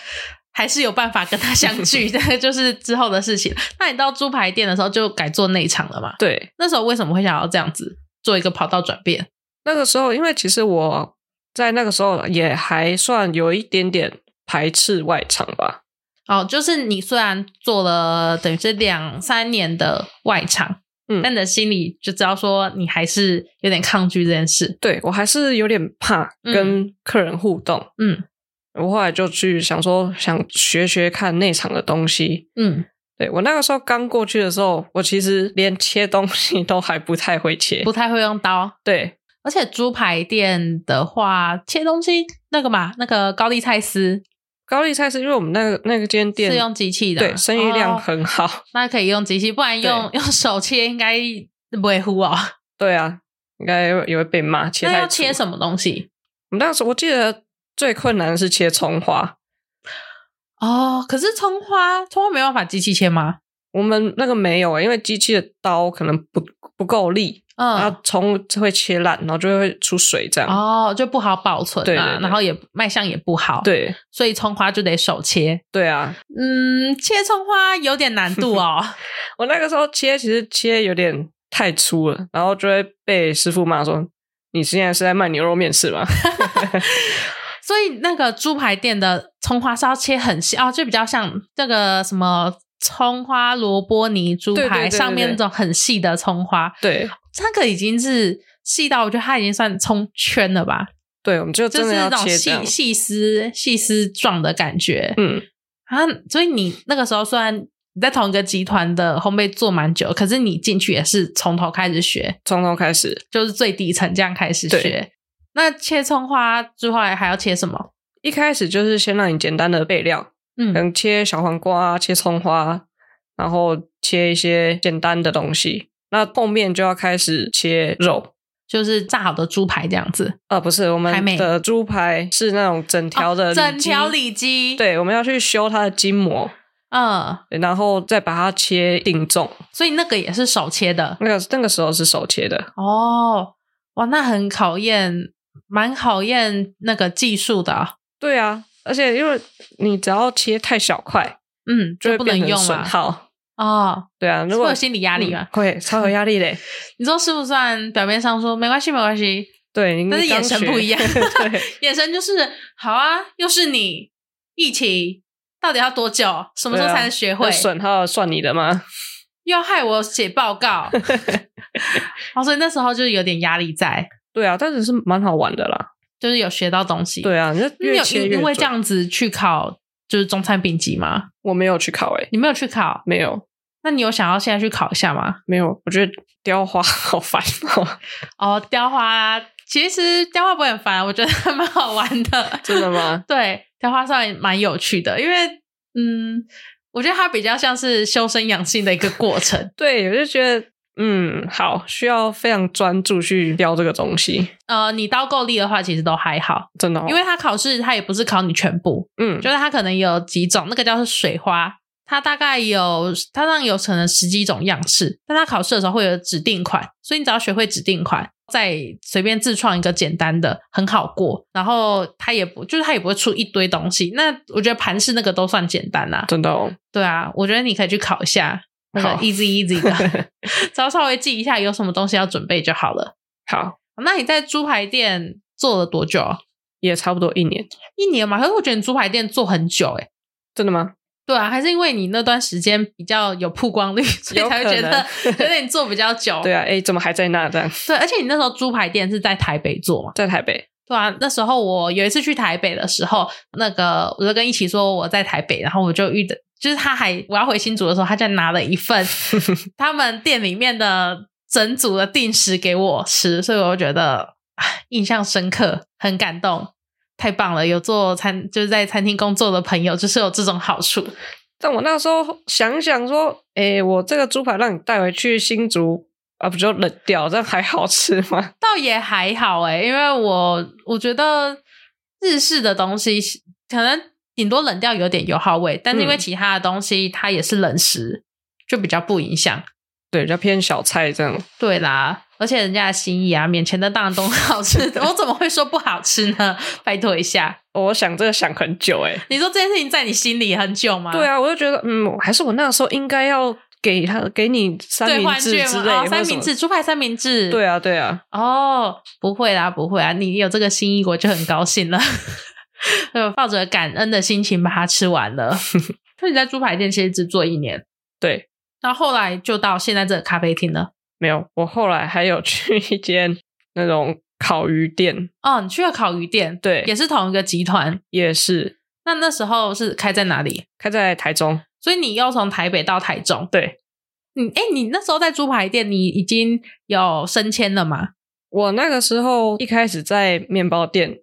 [SPEAKER 1] 还是有办法跟他相 聚，这个就是之后的事情。那你到猪排店的时候就改做内场了嘛？
[SPEAKER 2] 对，
[SPEAKER 1] 那时候为什么会想要这样子做一个跑道转变？
[SPEAKER 2] 那个时候，因为其实我在那个时候也还算有一点点排斥外场吧，
[SPEAKER 1] 哦，就是你虽然做了等于是两三年的外场，
[SPEAKER 2] 嗯
[SPEAKER 1] 但你的心里就知道说你还是有点抗拒这件事。
[SPEAKER 2] 对我还是有点怕跟客人互动。
[SPEAKER 1] 嗯
[SPEAKER 2] 我后来就去想说，想学学看内场的东西，
[SPEAKER 1] 嗯，
[SPEAKER 2] 对我那个时候刚过去的时候，我其实连切东西都还不太会切
[SPEAKER 1] 嗯不。太会用刀，
[SPEAKER 2] 对
[SPEAKER 1] 而且猪排店的话，切东西那个嘛，那个高丽菜丝
[SPEAKER 2] 高丽菜是因为我们那个那个间店
[SPEAKER 1] 是用机器的，
[SPEAKER 2] 对生意量
[SPEAKER 1] 哦
[SPEAKER 2] 很好，
[SPEAKER 1] 那可以用机器，不然用 用手切应该不会糊哦。
[SPEAKER 2] 对啊，应该也会被骂切
[SPEAKER 1] 那
[SPEAKER 2] 太
[SPEAKER 1] 要
[SPEAKER 2] 粗
[SPEAKER 1] 切什么东西？
[SPEAKER 2] 我们那时候我记得最困难的是切葱花，
[SPEAKER 1] 哦，可是葱花，葱花没办法机器切吗？
[SPEAKER 2] 我们那个没有、欸因为机器的刀可能不不够力，
[SPEAKER 1] 嗯，
[SPEAKER 2] 然后葱会切烂，然后就会出水这样。
[SPEAKER 1] 哦，就不好保存啊，
[SPEAKER 2] 对对对
[SPEAKER 1] 然后也卖相也不好，，
[SPEAKER 2] 对
[SPEAKER 1] 所以葱花就得手切。
[SPEAKER 2] 对啊，
[SPEAKER 1] 嗯，切葱花有点难度 哦。
[SPEAKER 2] 我那个时候切，其实切有点太粗了，然后就会被师傅骂说：“你现在是在卖牛肉面是吗？”
[SPEAKER 1] 所以那个猪排店的葱花是要切很细哦，就比较像那个什么葱花萝卜泥猪排
[SPEAKER 2] 对对对对
[SPEAKER 1] 上面那种很细的葱花，
[SPEAKER 2] 对
[SPEAKER 1] 那个已经是细到我觉得它已经算葱圈了吧，
[SPEAKER 2] 对，我们就
[SPEAKER 1] 就
[SPEAKER 2] 真
[SPEAKER 1] 是
[SPEAKER 2] 的
[SPEAKER 1] 那
[SPEAKER 2] 要
[SPEAKER 1] 种
[SPEAKER 2] 切这
[SPEAKER 1] 细
[SPEAKER 2] 样。
[SPEAKER 1] 细丝细丝状的感觉。
[SPEAKER 2] 嗯，
[SPEAKER 1] 啊，所以你那个时候虽然你在同一个集团的烘焙做蛮久，可是你进去也是从头开始学，
[SPEAKER 2] 从头开始，
[SPEAKER 1] 就是最底层这样开始
[SPEAKER 2] 对
[SPEAKER 1] 学。那切葱花之后还要切什么？
[SPEAKER 2] 一开始就是先让你简单的备料，可
[SPEAKER 1] 嗯
[SPEAKER 2] 能切小黄瓜、啊切葱花，然后切一些简单的东西。那后面就要开始切肉，
[SPEAKER 1] 就是炸好的猪排这样子，
[SPEAKER 2] 啊，不是我
[SPEAKER 1] 还
[SPEAKER 2] 们
[SPEAKER 1] 没
[SPEAKER 2] 的猪排是那种整条的、
[SPEAKER 1] 哦整条，里脊，，
[SPEAKER 2] 对，我们要去修它的筋膜，
[SPEAKER 1] 嗯，
[SPEAKER 2] 对然后再把它切定重。
[SPEAKER 1] 所以那个也是手切的
[SPEAKER 2] 那个那个时候是手切的，
[SPEAKER 1] 哦，哇，那很考验，蛮考验那个技术的啊、
[SPEAKER 2] 对啊，而且因为你只要切太小块，
[SPEAKER 1] 嗯，就
[SPEAKER 2] 就会
[SPEAKER 1] 不能
[SPEAKER 2] 变成
[SPEAKER 1] 用
[SPEAKER 2] 损
[SPEAKER 1] 嘛，
[SPEAKER 2] 耗。
[SPEAKER 1] 哦，
[SPEAKER 2] 对啊，
[SPEAKER 1] 会
[SPEAKER 2] 如果
[SPEAKER 1] 有心理压力嘛
[SPEAKER 2] 嗯？会超有压力嘞。
[SPEAKER 1] 你说是不是？表面上说没关系，没关系，
[SPEAKER 2] 对，你
[SPEAKER 1] 但是眼神不一样
[SPEAKER 2] 对，
[SPEAKER 1] 眼神就是好啊，又是你，疫情到底要多久？什么时候
[SPEAKER 2] 对啊
[SPEAKER 1] 才能学会？
[SPEAKER 2] 那损耗算你的吗？
[SPEAKER 1] 又要害我写报 告，哦，所以那时候就有点压力在。
[SPEAKER 2] 对啊，但是是蛮好玩的啦。
[SPEAKER 1] 就是有学到东西。，
[SPEAKER 2] 对啊，你就
[SPEAKER 1] 你
[SPEAKER 2] 越
[SPEAKER 1] 有
[SPEAKER 2] 切
[SPEAKER 1] 因
[SPEAKER 2] 越
[SPEAKER 1] 因为这
[SPEAKER 2] 准，
[SPEAKER 1] 样子去考就是中餐丙级吗？
[SPEAKER 2] 我没有去考诶、
[SPEAKER 1] 你没有去考，
[SPEAKER 2] 没有
[SPEAKER 1] 那你有想要现在去考一下吗？
[SPEAKER 2] 没有，我觉得雕花好烦 哦，
[SPEAKER 1] 哦，雕花其实雕花不会很烦，啊我觉得还蛮好玩 的。
[SPEAKER 2] 真的吗？
[SPEAKER 1] 对，雕花算蛮有趣的，因为嗯，我觉得它比较像是修身养性的一个过程。
[SPEAKER 2] 对，我就觉得嗯，好，需要非常专注去雕这个东西，
[SPEAKER 1] 呃，你刀够力的话，其实都还好，
[SPEAKER 2] 真的哦、
[SPEAKER 1] 因为它考试它也不是考你全部，
[SPEAKER 2] 嗯，
[SPEAKER 1] 就是它可能有几种，那个叫是水花，它大概有它上有可能十几种样式，但它考试的时候会有指定款，所以你只要学会指定款，再随便自创一个简单的，很好过。然后它也不就是它也不会出一堆东西，那我觉得盘式那个都算简单啦、
[SPEAKER 2] 真 的哦，
[SPEAKER 1] 对啊，我觉得你可以去考一下那个
[SPEAKER 2] 好
[SPEAKER 1] easy easy 的，只要稍微记一下有什么东西要准备就好了。
[SPEAKER 2] 好，
[SPEAKER 1] 那你在猪排店做了多久啊？
[SPEAKER 2] 也差不多一年，
[SPEAKER 1] 一年嘛？可是我觉得你猪排店做很久诶、欸
[SPEAKER 2] 真的吗？
[SPEAKER 1] 对啊，还是因为你那段时间比较有曝光率， 所以
[SPEAKER 2] 有
[SPEAKER 1] 才会
[SPEAKER 2] 可
[SPEAKER 1] 觉 得
[SPEAKER 2] 能
[SPEAKER 1] 觉得你做比较久。
[SPEAKER 2] 对啊，哎，怎么还在那？这样
[SPEAKER 1] 对而且你那时候猪排店是在台北做嘛？
[SPEAKER 2] 在台北，
[SPEAKER 1] 对啊，那时候我有一次去台北的时候，那个我就跟一起说我在台北，然后我就遇到，就是他还我要回新竹的时候，他就拿了一 份他们店里面的整组的定时给我吃，所以我就觉得唉印象深刻，很感动，太棒了！有做餐就是在餐厅工作的朋友，就是有这种好处。
[SPEAKER 2] 但我那时候想想说，哎，我这个猪排让你带回去新竹啊，不就冷掉？这样还好吃吗？
[SPEAKER 1] 倒也还好诶、因为我我觉得日式的东西可能顶多冷掉有点油耗味，但是因为
[SPEAKER 2] 嗯
[SPEAKER 1] 其他的东西它也是冷食，就比较不影响。
[SPEAKER 2] 对，比较偏小菜这样。
[SPEAKER 1] 对啦，而且人家的心意啊，免钱的当然都很好吃， 我怎么会说不好吃呢？拜托一下，
[SPEAKER 2] 哦我想这个想很久哎、
[SPEAKER 1] 你说这件事情在你心里很久吗？
[SPEAKER 2] 对。啊，我就觉得嗯，还是我那时候应该要给他给你三
[SPEAKER 1] 兑
[SPEAKER 2] 明
[SPEAKER 1] 换
[SPEAKER 2] 治
[SPEAKER 1] 券
[SPEAKER 2] 之类，
[SPEAKER 1] 吗？哦，
[SPEAKER 2] 或者
[SPEAKER 1] 三
[SPEAKER 2] 什
[SPEAKER 1] 明
[SPEAKER 2] 么
[SPEAKER 1] 治，。猪排三明治。
[SPEAKER 2] 对啊，对啊，
[SPEAKER 1] 哦，不会啦，不会啊，你有这个心意，我就很高兴了。 我抱着感恩的心情把它吃完 了。那你在猪排店其实只做一年，
[SPEAKER 2] 对，
[SPEAKER 1] 然后后来就到现在这个咖啡厅了。
[SPEAKER 2] 没有。我后来还有去一间那种烤鱼店，
[SPEAKER 1] 哦，你去了烤鱼店，
[SPEAKER 2] 对
[SPEAKER 1] 也是同一个集团。
[SPEAKER 2] 也是
[SPEAKER 1] 那那时候是开在哪里？
[SPEAKER 2] 开在台中。
[SPEAKER 1] 所以你又从台北到台中。
[SPEAKER 2] 对
[SPEAKER 1] 你哎，你那时候在猪排店，你已经有升迁了吗？
[SPEAKER 2] 我那个时候一开始在面包店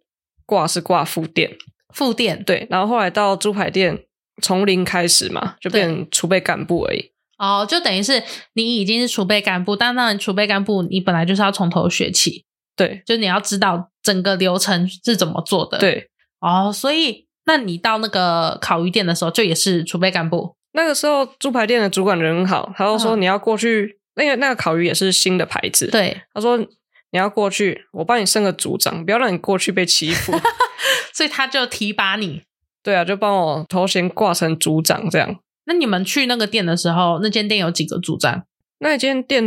[SPEAKER 2] 挂是挂副店，
[SPEAKER 1] 副店
[SPEAKER 2] 对，然后后来到猪排店从零开始嘛，就
[SPEAKER 1] 对
[SPEAKER 2] 变成储备干部而已。
[SPEAKER 1] 哦，就等于是你已经是储备干部，但当然储备干部你本来就是要从头学起。
[SPEAKER 2] 对
[SPEAKER 1] 就你要知道整个流程是怎么做的。，
[SPEAKER 2] 对，
[SPEAKER 1] 哦，所以那你到那个烤鱼店的时候，就也是储备干部
[SPEAKER 2] 那个时候猪排店的主管人很好，他就说
[SPEAKER 1] 嗯
[SPEAKER 2] 你要过去，那个那个烤鱼也是新的牌子，
[SPEAKER 1] 对，
[SPEAKER 2] 他说你要过去，我帮你升个组长，不要让你过去被欺负。
[SPEAKER 1] 所以他就提拔你。
[SPEAKER 2] 对啊，就帮我头衔挂成组长这样。
[SPEAKER 1] 那你们去那个店的时候，那间店有几个组长？
[SPEAKER 2] 那间店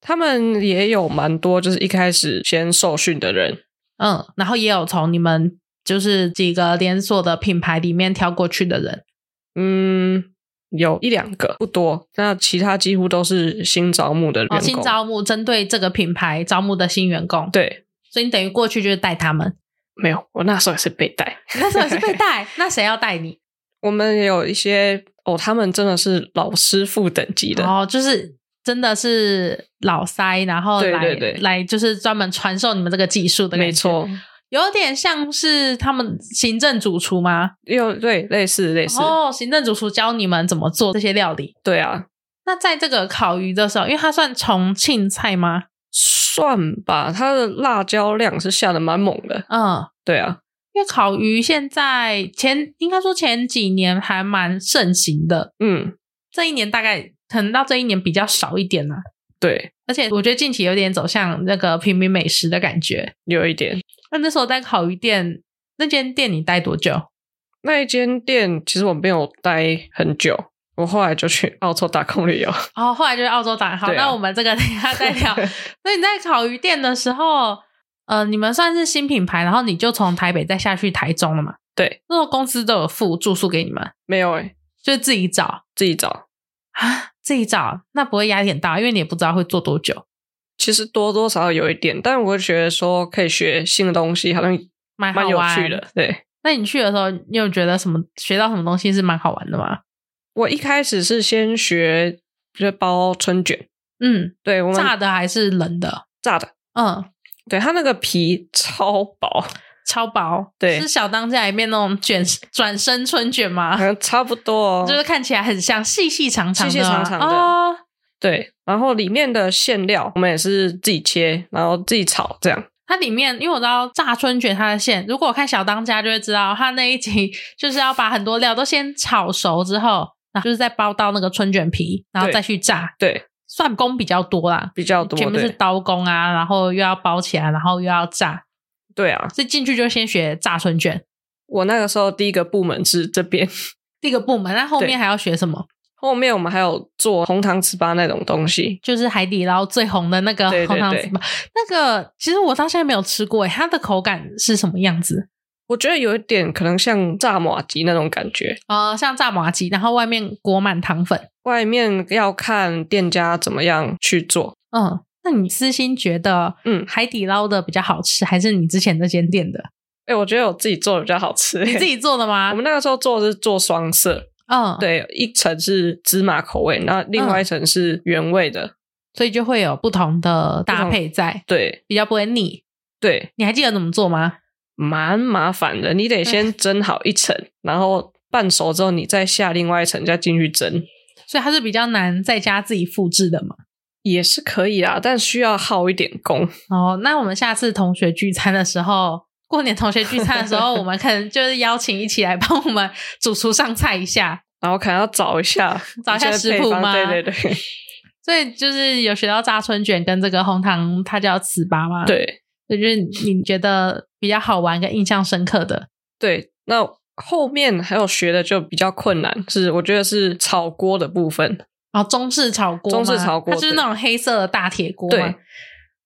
[SPEAKER 2] 他们也有蛮多，就是一开始先受训的人。
[SPEAKER 1] 嗯，然后也有从你们就是几个连锁的品牌里面挑过去的人。
[SPEAKER 2] 嗯，有一两个不多，那其他几乎都是新招募的员工。
[SPEAKER 1] 哦，新招募针对这个品牌招募的新员工，，
[SPEAKER 2] 对，
[SPEAKER 1] 所以你等于过去就是带他们。
[SPEAKER 2] 没有，我那时候也是被带。
[SPEAKER 1] 你 那时候也是被带， 那谁要带你？
[SPEAKER 2] 我们也有一些哦，他们真的是老师傅等级的，
[SPEAKER 1] 哦，就是真的是老塞，然后
[SPEAKER 2] 对
[SPEAKER 1] 来
[SPEAKER 2] 对对
[SPEAKER 1] 来就是专门传授你们这个技术的，
[SPEAKER 2] 没错，，
[SPEAKER 1] 有点像是他们行政主厨吗？
[SPEAKER 2] 又对类似类似，
[SPEAKER 1] 哦，行政主厨教你们怎么做这些料理。
[SPEAKER 2] 对啊，
[SPEAKER 1] 那在这个烤鱼的时候，因为它算重庆菜吗？
[SPEAKER 2] 算吧，它的辣椒量是下的蛮猛的，
[SPEAKER 1] 嗯，
[SPEAKER 2] 对啊，
[SPEAKER 1] 因为烤鱼现在前应该说前几年还蛮盛行的，
[SPEAKER 2] 嗯，
[SPEAKER 1] 这一年大概可能到这一年比较少一点了、
[SPEAKER 2] 对，
[SPEAKER 1] 而且我觉得近期有点走向那个平民美食的感觉。
[SPEAKER 2] 有一点。
[SPEAKER 1] 那那时候在烤鱼店那间店，你待多久？
[SPEAKER 2] 那一间店其实我没有待很久，我后来就去澳洲打工旅游。
[SPEAKER 1] 哦，后来就是澳洲打。好，
[SPEAKER 2] 对啊
[SPEAKER 1] 那我们这个等一下再 聊。那你在烤鱼店的时候，呃，你们算是新品牌，然后你就从台北再下去台中了嘛？
[SPEAKER 2] 对，
[SPEAKER 1] 那时候公司都有付住宿给你们，
[SPEAKER 2] 没有哎、
[SPEAKER 1] 就是自己找
[SPEAKER 2] 自己找。
[SPEAKER 1] 啊，自己找，那不会压力很大，因为你也不知道会做多久。
[SPEAKER 2] 其实多多少少有一点，但我会觉得说可以学新的东西，好像
[SPEAKER 1] 蛮好
[SPEAKER 2] 蛮有
[SPEAKER 1] 玩
[SPEAKER 2] 趣的。。对
[SPEAKER 1] 那你去的时候，你有觉得什么学到什么东西是蛮好玩的吗？
[SPEAKER 2] 我一开始是先学就是包春卷，
[SPEAKER 1] 嗯，
[SPEAKER 2] 对我们
[SPEAKER 1] 炸的还是冷的？
[SPEAKER 2] 炸的，
[SPEAKER 1] 嗯，
[SPEAKER 2] 对它那个皮超薄，
[SPEAKER 1] 超薄，
[SPEAKER 2] 对
[SPEAKER 1] 是小当家里面那种卷转身春卷吗？
[SPEAKER 2] 好像差不多哦。
[SPEAKER 1] 就是看起来很像细细长长的、啊，
[SPEAKER 2] 哎细细长长的
[SPEAKER 1] 哦，
[SPEAKER 2] 对，然后里面的馅料我们也是自己切，然后自己炒这样。
[SPEAKER 1] 它里面，因为我知道炸春卷它的馅，如果我看小当家就会知道，它那一集 就是要把很多料都先炒熟之后，然后就是再包到那个春卷皮，然后
[SPEAKER 2] 对
[SPEAKER 1] 再去炸，
[SPEAKER 2] 对，
[SPEAKER 1] 算工比较多啦。
[SPEAKER 2] 比较多。
[SPEAKER 1] 前面是
[SPEAKER 2] 对
[SPEAKER 1] 刀工啊，然后又要包起来，然后又要炸，
[SPEAKER 2] 对啊，
[SPEAKER 1] 所以进去就先学炸春卷
[SPEAKER 2] 我那个时候第一个部门是这边，
[SPEAKER 1] 第一个部门。那后面
[SPEAKER 2] 对
[SPEAKER 1] 还要学什么？
[SPEAKER 2] 后面我们还有做红糖糍粑那种东西。
[SPEAKER 1] 就是海底捞最红的那个
[SPEAKER 2] 对对
[SPEAKER 1] 红糖
[SPEAKER 2] 对
[SPEAKER 1] 糍粑，那个其实我到现在没有吃过诶，欸它的口感是什么样子？
[SPEAKER 2] 我觉得有一点可能像炸马吉那种感觉，
[SPEAKER 1] 呃，像炸麻鸡，然后外面裹满糖粉。
[SPEAKER 2] 外面要看店家怎么样去做。
[SPEAKER 1] 嗯，那你私心觉得，
[SPEAKER 2] 嗯
[SPEAKER 1] 海底捞的比较好吃，还是你之前那间店的？
[SPEAKER 2] 哎、我觉得我自己做的比较好吃、
[SPEAKER 1] 你自 己啊做的吗
[SPEAKER 2] 我？们那个时候做的是做双色，
[SPEAKER 1] 嗯，，
[SPEAKER 2] 对，一层是芝麻口味，然后另外一层是原味的，
[SPEAKER 1] 所以就会有不同的搭配在，
[SPEAKER 2] 对
[SPEAKER 1] 比较不会腻。
[SPEAKER 2] 对，
[SPEAKER 1] 你还记得怎么做吗？
[SPEAKER 2] 蛮麻烦的。你得先蒸好一层，然后半熟之后，你再下另外一层再进去蒸，
[SPEAKER 1] 所以它是比较难在家自己复制的嘛。
[SPEAKER 2] 也是可以啊，但需要耗一点工。
[SPEAKER 1] 哦，那我们下次同学聚餐的时候，过年同学聚餐的时 候，我们可能就是邀请一起来帮我们主厨上菜一下。
[SPEAKER 2] 然后可能要找一下，
[SPEAKER 1] 找一下食谱吗
[SPEAKER 2] 对对 对
[SPEAKER 1] 所以就是有学到炸春卷跟这个红糖，它叫糍粑嘛。，
[SPEAKER 2] 对
[SPEAKER 1] 就是你觉得比较好玩跟印象深刻的。
[SPEAKER 2] 对。那后面还有学的就比较困难，是我觉得是炒锅的部分。
[SPEAKER 1] 哦，中式炒锅吗，
[SPEAKER 2] 中式炒锅
[SPEAKER 1] 它就是那种黑色的大铁锅
[SPEAKER 2] 对
[SPEAKER 1] 嘛。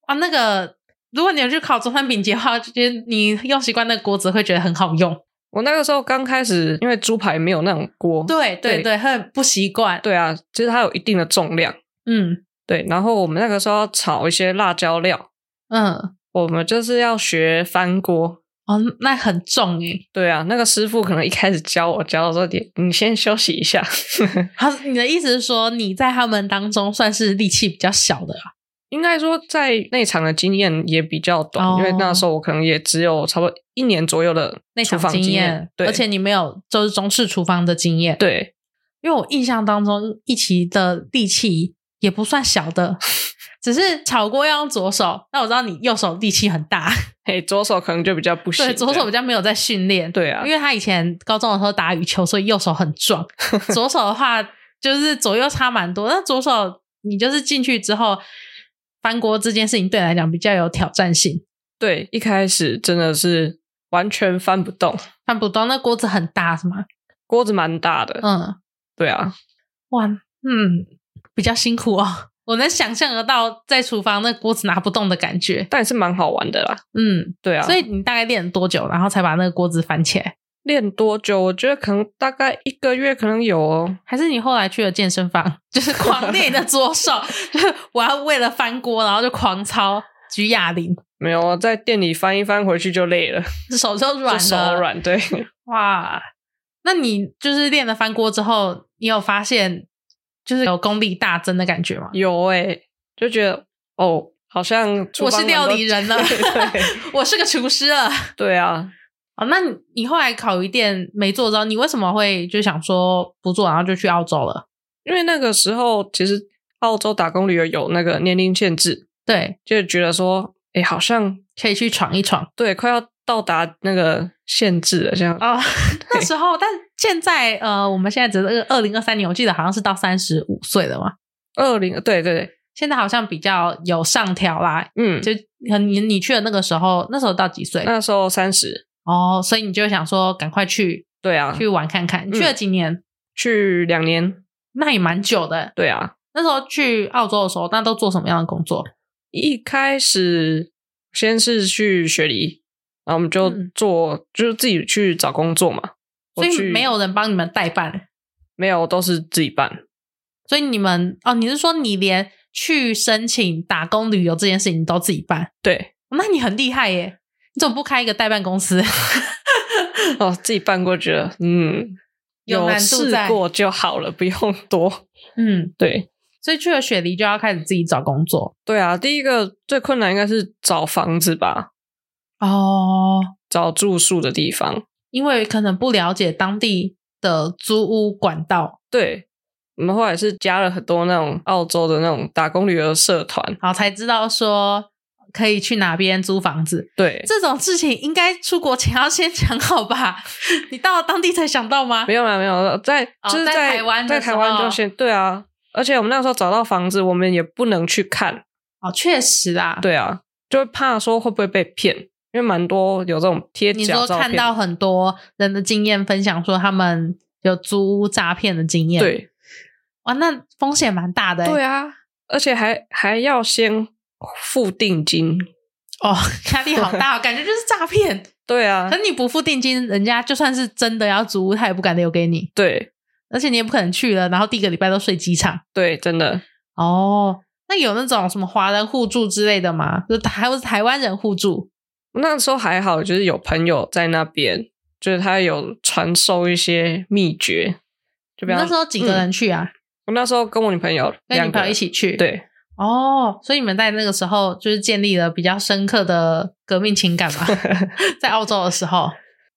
[SPEAKER 1] 啊，那个如果你有去烤中餐饼节的话，就觉得你用习惯那个锅子会觉得很好用。
[SPEAKER 2] 我那个时候刚开始，因为猪排没有那种锅，
[SPEAKER 1] 对对
[SPEAKER 2] 对
[SPEAKER 1] 对，会很不习惯。
[SPEAKER 2] 对啊，就是它有一定的重量。
[SPEAKER 1] 嗯
[SPEAKER 2] 对，然后我们那个时候要炒一些辣椒料，
[SPEAKER 1] 嗯，
[SPEAKER 2] 我们就是要学翻锅。
[SPEAKER 1] 哦，那很重诶。
[SPEAKER 2] 对啊，那个师傅可能一开始教我，教我说你你先休息一下。
[SPEAKER 1] 他你的意思是说你在他们当中算是力气比较小的啊
[SPEAKER 2] 应该说在内场的经验也比较短，
[SPEAKER 1] 哦
[SPEAKER 2] 因为那时候我可能也只有差不多一年左右的
[SPEAKER 1] 那
[SPEAKER 2] 厨
[SPEAKER 1] 场
[SPEAKER 2] 房
[SPEAKER 1] 经
[SPEAKER 2] 验，对，
[SPEAKER 1] 而且你没有就是中式厨房的经验。，
[SPEAKER 2] 对
[SPEAKER 1] 因为我印象当中一起的力气也不算小的，只是炒锅要用左手，那我知道你右手力气很大。
[SPEAKER 2] 嘿，左手可能就比较不行，
[SPEAKER 1] 对，左手比
[SPEAKER 2] 较
[SPEAKER 1] 较没有在训练，、
[SPEAKER 2] 对啊
[SPEAKER 1] 因，为他以前高中的时候打羽球，所以右手很 壮。左手的话，就是左右差蛮多。那左手你就是进去之后翻锅这件事情对你来讲比较有挑战性，
[SPEAKER 2] 对一开始真的是完全翻不动，
[SPEAKER 1] 翻不动，那锅子很大是吗？
[SPEAKER 2] 锅子蛮大的，
[SPEAKER 1] 嗯，
[SPEAKER 2] 对啊，
[SPEAKER 1] 哇，嗯，比较辛苦哦。 我能想象得到在厨房那锅子拿不动的感觉，
[SPEAKER 2] 但也是蛮好玩的啦，
[SPEAKER 1] 嗯，
[SPEAKER 2] 对啊，
[SPEAKER 1] 所以你大概练了多久，然后才把那个锅子翻起来？
[SPEAKER 2] 练多久？我觉得可能大概一个月可能有哦，
[SPEAKER 1] 还是你后来去了健身房， 就是狂练你的左手， 就是我要为了翻锅，然后就狂操举哑铃，
[SPEAKER 2] 没有啊，在店里翻一翻回去就累了，
[SPEAKER 1] 手就软
[SPEAKER 2] 就
[SPEAKER 1] 了。
[SPEAKER 2] 手 软，对，
[SPEAKER 1] 哇！那你就是练了翻锅之后，你有发现就是有功力大增的感觉吗？
[SPEAKER 2] 有诶、就觉得哦，好像厨
[SPEAKER 1] 我是
[SPEAKER 2] 房
[SPEAKER 1] 料
[SPEAKER 2] 很
[SPEAKER 1] 理
[SPEAKER 2] 多
[SPEAKER 1] 人了
[SPEAKER 2] 对，
[SPEAKER 1] 我是个厨师了。
[SPEAKER 2] 对啊，
[SPEAKER 1] 哦，那你你后来烤鱼店没做之后，你为什么会就想说不做，然后就去澳洲了？
[SPEAKER 2] 因为那个时候其实澳洲打工旅游有那个年龄限制，
[SPEAKER 1] 对，
[SPEAKER 2] 就觉得说，哎，好像
[SPEAKER 1] 可以去闯一闯
[SPEAKER 2] 对，快要到达那个限制了，这样。
[SPEAKER 1] 哦。那时候，但现在呃，我们现在只是二零二三年，我记得好像是到三十五岁了嘛。
[SPEAKER 2] 二零，对对对，
[SPEAKER 1] 现在好像比较有上调啦。
[SPEAKER 2] 嗯，
[SPEAKER 1] 就你你去的那个时候，那时候到几岁？
[SPEAKER 2] 那时候三十，
[SPEAKER 1] 哦，所以你就想说赶快去
[SPEAKER 2] 对啊，
[SPEAKER 1] 去玩看看。你去了几年？
[SPEAKER 2] 去两年，
[SPEAKER 1] 那也蛮久的。
[SPEAKER 2] 对啊，
[SPEAKER 1] 那时候去澳洲的时候，那都做什么样的工作？
[SPEAKER 2] 一开始先是去雪梨，然后我们就
[SPEAKER 1] 嗯
[SPEAKER 2] 做，就是自己去找工作嘛。
[SPEAKER 1] 所
[SPEAKER 2] 我
[SPEAKER 1] 以
[SPEAKER 2] 去
[SPEAKER 1] 没有人帮你们代办，
[SPEAKER 2] 没有，都是自己办。
[SPEAKER 1] 所以你们哦，你是说你连去申请打工旅游这件事情你都自己办？
[SPEAKER 2] 对，
[SPEAKER 1] 那你很厉害耶！你怎么不开一个代办公司？
[SPEAKER 2] 哦，自己办过觉得嗯，
[SPEAKER 1] 有
[SPEAKER 2] 有
[SPEAKER 1] 难度
[SPEAKER 2] 试
[SPEAKER 1] 在
[SPEAKER 2] 过就好了，不用多。
[SPEAKER 1] 嗯，
[SPEAKER 2] 对
[SPEAKER 1] 所以去了雪梨就要开始自己找工作
[SPEAKER 2] 对啊，第一个最困难应该是找房子吧，
[SPEAKER 1] 哦，
[SPEAKER 2] 找住宿的地方。
[SPEAKER 1] 因为可能不了解当地的租屋管道，
[SPEAKER 2] 对，我们后来是加了很多那种澳洲的那种打工旅游社团。
[SPEAKER 1] 然后才知道说可以去哪边租房子。
[SPEAKER 2] 对，
[SPEAKER 1] 这种事情应该出国前要先讲好吧？ 你到了当地才想到吗
[SPEAKER 2] 没？有啦，没有，在、
[SPEAKER 1] 哦
[SPEAKER 2] 就是
[SPEAKER 1] 在
[SPEAKER 2] 在
[SPEAKER 1] 台湾的
[SPEAKER 2] 在
[SPEAKER 1] 时
[SPEAKER 2] 台湾
[SPEAKER 1] 候
[SPEAKER 2] 就先对啊。而且我们那时候找到房子，我们也不能去看，
[SPEAKER 1] 哦，确实啊，，
[SPEAKER 2] 对啊，就会怕说会不会被骗，因为蛮多有这种贴
[SPEAKER 1] 你
[SPEAKER 2] 假
[SPEAKER 1] 说
[SPEAKER 2] 照片
[SPEAKER 1] 看到很多人的经验分享，说他们有租屋诈骗的经验，，
[SPEAKER 2] 对
[SPEAKER 1] 哇，那风险蛮大的、欸，
[SPEAKER 2] 对啊，而且还还要先付定金，
[SPEAKER 1] 哦，压力好大、哦，感觉就是诈骗。
[SPEAKER 2] 对啊
[SPEAKER 1] 可，你不付定金，人家就算是真的要租屋，他也不敢留给你，
[SPEAKER 2] 对
[SPEAKER 1] 而且你也不可能去了，然后第一个礼拜都睡机场。
[SPEAKER 2] 对，真的
[SPEAKER 1] 哦，那有那种什么华人互助之类的吗？就台或是台湾人互助？
[SPEAKER 2] 那时候还好，就是有朋友在那边，就是他有传授一些秘诀，就
[SPEAKER 1] 你
[SPEAKER 2] 比方
[SPEAKER 1] 那时候几个
[SPEAKER 2] 嗯
[SPEAKER 1] 人去啊？
[SPEAKER 2] 我那时候跟我女朋友
[SPEAKER 1] 跟
[SPEAKER 2] 两
[SPEAKER 1] 女
[SPEAKER 2] 个
[SPEAKER 1] 朋友
[SPEAKER 2] 人
[SPEAKER 1] 一起去？。
[SPEAKER 2] 对，
[SPEAKER 1] 哦，所以你们在那个时候就是建立了比较深刻的革命情感 嘛？在澳洲的时候。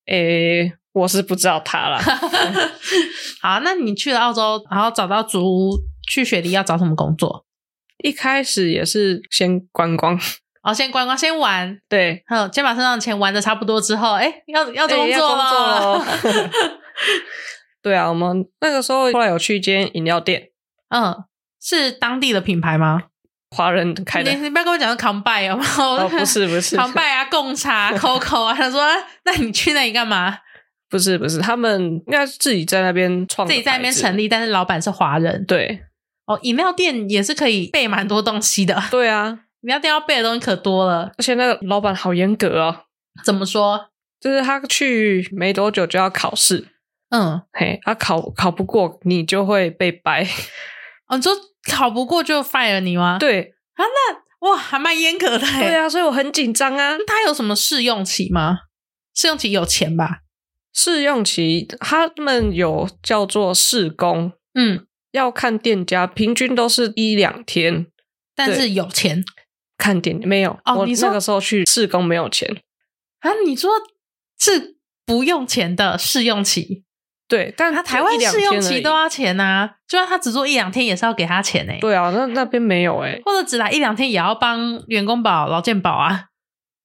[SPEAKER 2] 诶、我是不知道他啦，
[SPEAKER 1] 好，那你去了澳洲，然后找到租屋，去雪梨要找什么工作？
[SPEAKER 2] 一开始也是先观光，
[SPEAKER 1] 哦，先观光，先玩，
[SPEAKER 2] 对，
[SPEAKER 1] 好，先把身上的钱玩的差不多之后，哎，要要工
[SPEAKER 2] 诶要
[SPEAKER 1] 作
[SPEAKER 2] 工作
[SPEAKER 1] 了。
[SPEAKER 2] 咯 对啊，我们那个时候后来有去一间饮料店，
[SPEAKER 1] 嗯，是当地的品牌吗？
[SPEAKER 2] 华人开的
[SPEAKER 1] 你，你不要跟我讲是 Combine 哦，
[SPEAKER 2] 哦，不 是不是，
[SPEAKER 1] Combine 啊、贡茶、Coco 啊，他说啊那你去那里干嘛？
[SPEAKER 2] 不是不是，他们应该是自己在那边创的
[SPEAKER 1] 自己
[SPEAKER 2] 牌子，
[SPEAKER 1] 在那边成立，但是老板是华人。
[SPEAKER 2] 对
[SPEAKER 1] 哦，饮料店也是可以备蛮多东西的，
[SPEAKER 2] 对啊，
[SPEAKER 1] 饮料店要备的东西可多了。
[SPEAKER 2] 而且那个老板好严格哦，
[SPEAKER 1] 怎么说？
[SPEAKER 2] 就是他去没多久就要考试，
[SPEAKER 1] 嗯，
[SPEAKER 2] 嘿，他、考考不过你就会被掰，
[SPEAKER 1] 哦，你说考不过就 fire 你吗？，
[SPEAKER 2] 对
[SPEAKER 1] 哇，还蛮严格的耶。
[SPEAKER 2] 对啊，所以我很紧张啊。
[SPEAKER 1] 他有什么试用期吗？试用期有钱吧？
[SPEAKER 2] 试用期他们有叫做试工，
[SPEAKER 1] 嗯，
[SPEAKER 2] 要看店家，平均都是一两天。
[SPEAKER 1] 但是
[SPEAKER 2] 对
[SPEAKER 1] 有钱
[SPEAKER 2] 看店没有，
[SPEAKER 1] 哦
[SPEAKER 2] 我
[SPEAKER 1] 你说
[SPEAKER 2] 那个时候去试工没有钱，
[SPEAKER 1] 啊？你说是不用钱的试用期？
[SPEAKER 2] 对，但
[SPEAKER 1] 他啊台
[SPEAKER 2] 就
[SPEAKER 1] 湾
[SPEAKER 2] 一两
[SPEAKER 1] 试用
[SPEAKER 2] 天而
[SPEAKER 1] 期
[SPEAKER 2] 已
[SPEAKER 1] 都要钱呐、就算他只做一两天，也是要给他钱呢、
[SPEAKER 2] 对啊，那那边没有哎、
[SPEAKER 1] 或者只来一两天，也要帮员工保、劳健保啊。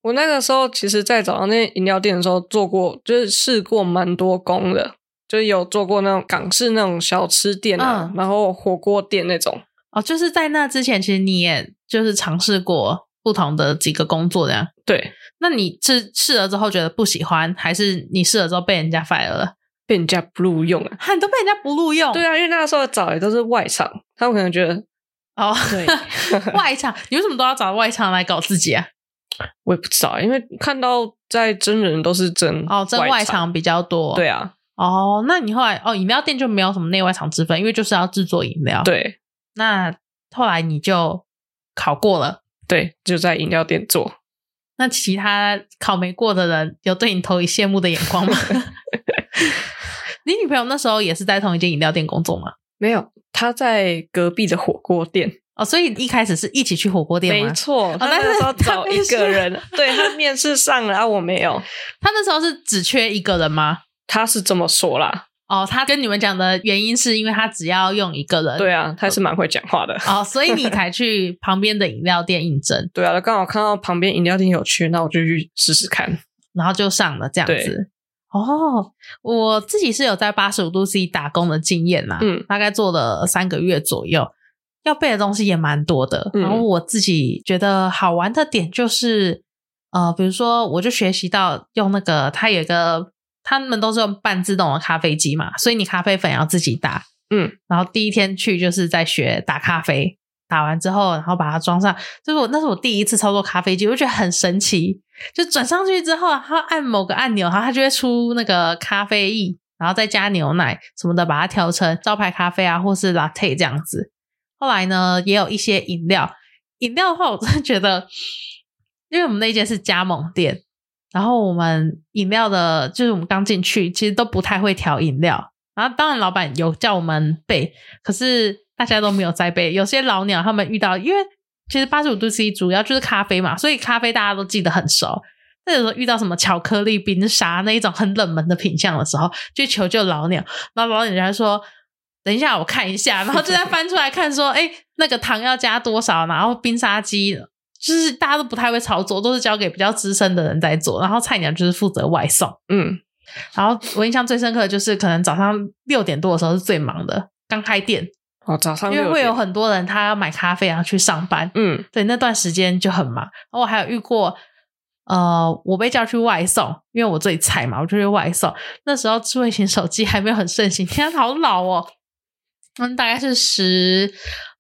[SPEAKER 2] 我那个时候其实，在找到那饮料店的时候，做过就是试过蛮多工的，就是有做过那种港式那种小吃店啊，
[SPEAKER 1] 嗯
[SPEAKER 2] 然后火锅店那种。
[SPEAKER 1] 哦，就是在那之前，其实你也就是尝试过不同的几个工作这样。
[SPEAKER 2] 对，
[SPEAKER 1] 那你是试了之后觉得不喜欢，还是你试了之后被人家 fire 了？
[SPEAKER 2] 被人家不录用啊。
[SPEAKER 1] 哈，你都被人家不录用。
[SPEAKER 2] 对啊，因为那个时候找也都是外场，他们可能觉得
[SPEAKER 1] 哦，
[SPEAKER 2] 对
[SPEAKER 1] 外场，你为什么都要找外场来搞自己啊？
[SPEAKER 2] 我也不知道，欸因为看到在真人都是真
[SPEAKER 1] 哦，真外场比较多。
[SPEAKER 2] 对。啊，
[SPEAKER 1] 哦，那你后来哦，饮料店就没有什么内外场之分，因为就是要制作饮料。。
[SPEAKER 2] 对
[SPEAKER 1] 那后来你就考过了，
[SPEAKER 2] 对，就在饮料店做。
[SPEAKER 1] 那其他考没过的人有对你投以羡慕的眼光吗？ 你女朋友那时候也是在同一间饮料店工作吗？
[SPEAKER 2] 没有，他在隔壁的火锅店，
[SPEAKER 1] 哦，所以一开始是一起去火锅店
[SPEAKER 2] 没
[SPEAKER 1] 吗？
[SPEAKER 2] 错，他
[SPEAKER 1] 但
[SPEAKER 2] 那
[SPEAKER 1] 是
[SPEAKER 2] 个时候
[SPEAKER 1] 他
[SPEAKER 2] 找
[SPEAKER 1] 面
[SPEAKER 2] 一
[SPEAKER 1] 试
[SPEAKER 2] 个人，对他面试上了，啊，我没有。
[SPEAKER 1] 她那时候是只缺一个人吗？
[SPEAKER 2] 他是这么说啦，
[SPEAKER 1] 哦，她跟你们讲的原因是因为她只要用一个人，
[SPEAKER 2] 对啊，他是蛮会讲话的。
[SPEAKER 1] 哦，所以你才去旁边的饮料店应征，
[SPEAKER 2] 对啊，刚好看到旁边饮料店有缺，那我就去试试看。
[SPEAKER 1] 然后就上了这样子。哦，我自己是有在八十五度 C 打工的经验啦，
[SPEAKER 2] 嗯
[SPEAKER 1] 大概做了三个月左右，要背的东西也蛮多的。
[SPEAKER 2] 嗯
[SPEAKER 1] 然后我自己觉得好玩的点就是，呃，比如说我就学习到用那个，它有一个，他们都是用半自动的咖啡机嘛，所以你咖啡粉要自己打。
[SPEAKER 2] 嗯，
[SPEAKER 1] 然后第一天去就是在学打咖啡，打完之后，然后把它装上。就是我那是我第一次操作咖啡机，我就觉得很神奇。就转上去之后，它按某个按钮，然后它就会出那个咖啡液，然后再加牛奶什么的，把它调成招牌咖啡啊，或是 latte 这样子。后来呢，也有一些饮料，饮料的话，我真的觉得，因为我们那间是加盟店，然后我们饮料的，就是我们刚进去，其实都不太会调饮料。然后当然老板有叫我们背，可是大家都没有在背。有些老鸟他们遇到，因为其实八十五度 C 主要就是咖啡嘛，所以咖啡大家都记得很熟。那有时候遇到什么巧克力冰沙那一种很冷门的品相的时候，就求救老鸟，然后老鸟还说。等一下，我看一 下，然后就再翻出来看，说，哎、那个糖要加多少？然后冰沙机，就是大家都不太会操作，都是交给比较资深的人在做。然后菜鸟就是负责外送。
[SPEAKER 2] 嗯，
[SPEAKER 1] 然后我印象最深刻的就是，可能早上六点多的时候是最忙的，刚开店，
[SPEAKER 2] 哦，早上
[SPEAKER 1] 因为
[SPEAKER 2] 六
[SPEAKER 1] 会有
[SPEAKER 2] 点
[SPEAKER 1] 很多人他要买咖啡，然后去上班。
[SPEAKER 2] 嗯
[SPEAKER 1] 对，那段时间就很忙。然后我还有遇过，呃，我被叫去外送，因为我最菜嘛，我就去外送。那时候智慧型手机还没有很盛行，天啊，好老哦。嗯，大概是十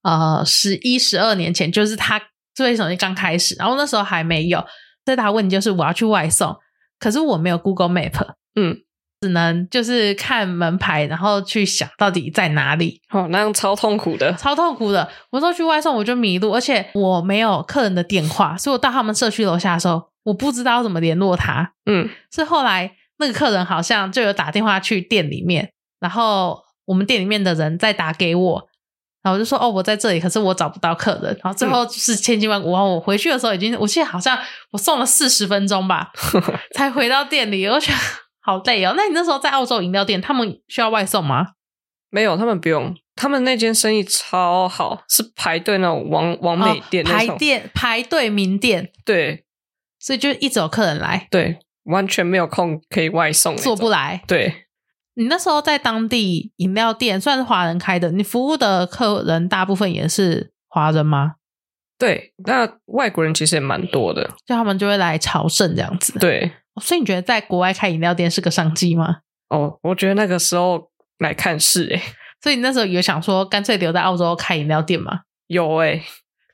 [SPEAKER 1] 呃十一十二年前，就是他智慧手机刚开始，然后那时候还没有。最大的问题就是我要去外送，可是我没有 Google Map，
[SPEAKER 2] 嗯，
[SPEAKER 1] 只能就是看门牌，然后去想到底在哪里。
[SPEAKER 2] 哦，那样超痛苦的，
[SPEAKER 1] 超痛苦的。我说去外送我就迷路，而且我没有客人的电话，所以我到他们社区楼下的时候，我不知道怎么联络他。
[SPEAKER 2] 嗯
[SPEAKER 1] 是后来那个客人好像就有打电话去店里面，然后我们店里面的人再打给我。然后我就说哦，我在这里，可是我找不到客人。然后
[SPEAKER 2] 嗯
[SPEAKER 1] 最后就是千辛万苦，然后我回去的时候已经，我记得好像我送了四十分钟 吧，才回到店里。我觉得好累哦。那你那时候在澳洲饮料店，他们需要外送吗？
[SPEAKER 2] 没有，他们不用，他们那间生意超好，是排队那种王王美店
[SPEAKER 1] 哦、
[SPEAKER 2] 那
[SPEAKER 1] 排
[SPEAKER 2] 种，
[SPEAKER 1] 店排队名店，
[SPEAKER 2] 对
[SPEAKER 1] 所以就一直有客人来，
[SPEAKER 2] 对，完全没有空可以外送那种，
[SPEAKER 1] 做不来。
[SPEAKER 2] 对，
[SPEAKER 1] 你那时候在当地饮料店，算是华人开的，你服务的客人大部分也是华人吗？
[SPEAKER 2] 对，那外国人其实也蛮多的，
[SPEAKER 1] 就他们就会来朝圣这样子。，
[SPEAKER 2] 对
[SPEAKER 1] 所以你觉得在国外开饮料店是个商机吗？
[SPEAKER 2] 哦，我觉得那个时候来看是欸诶、
[SPEAKER 1] 所以你那时候有想说，干脆留在澳洲开饮料店吗？
[SPEAKER 2] 有欸诶、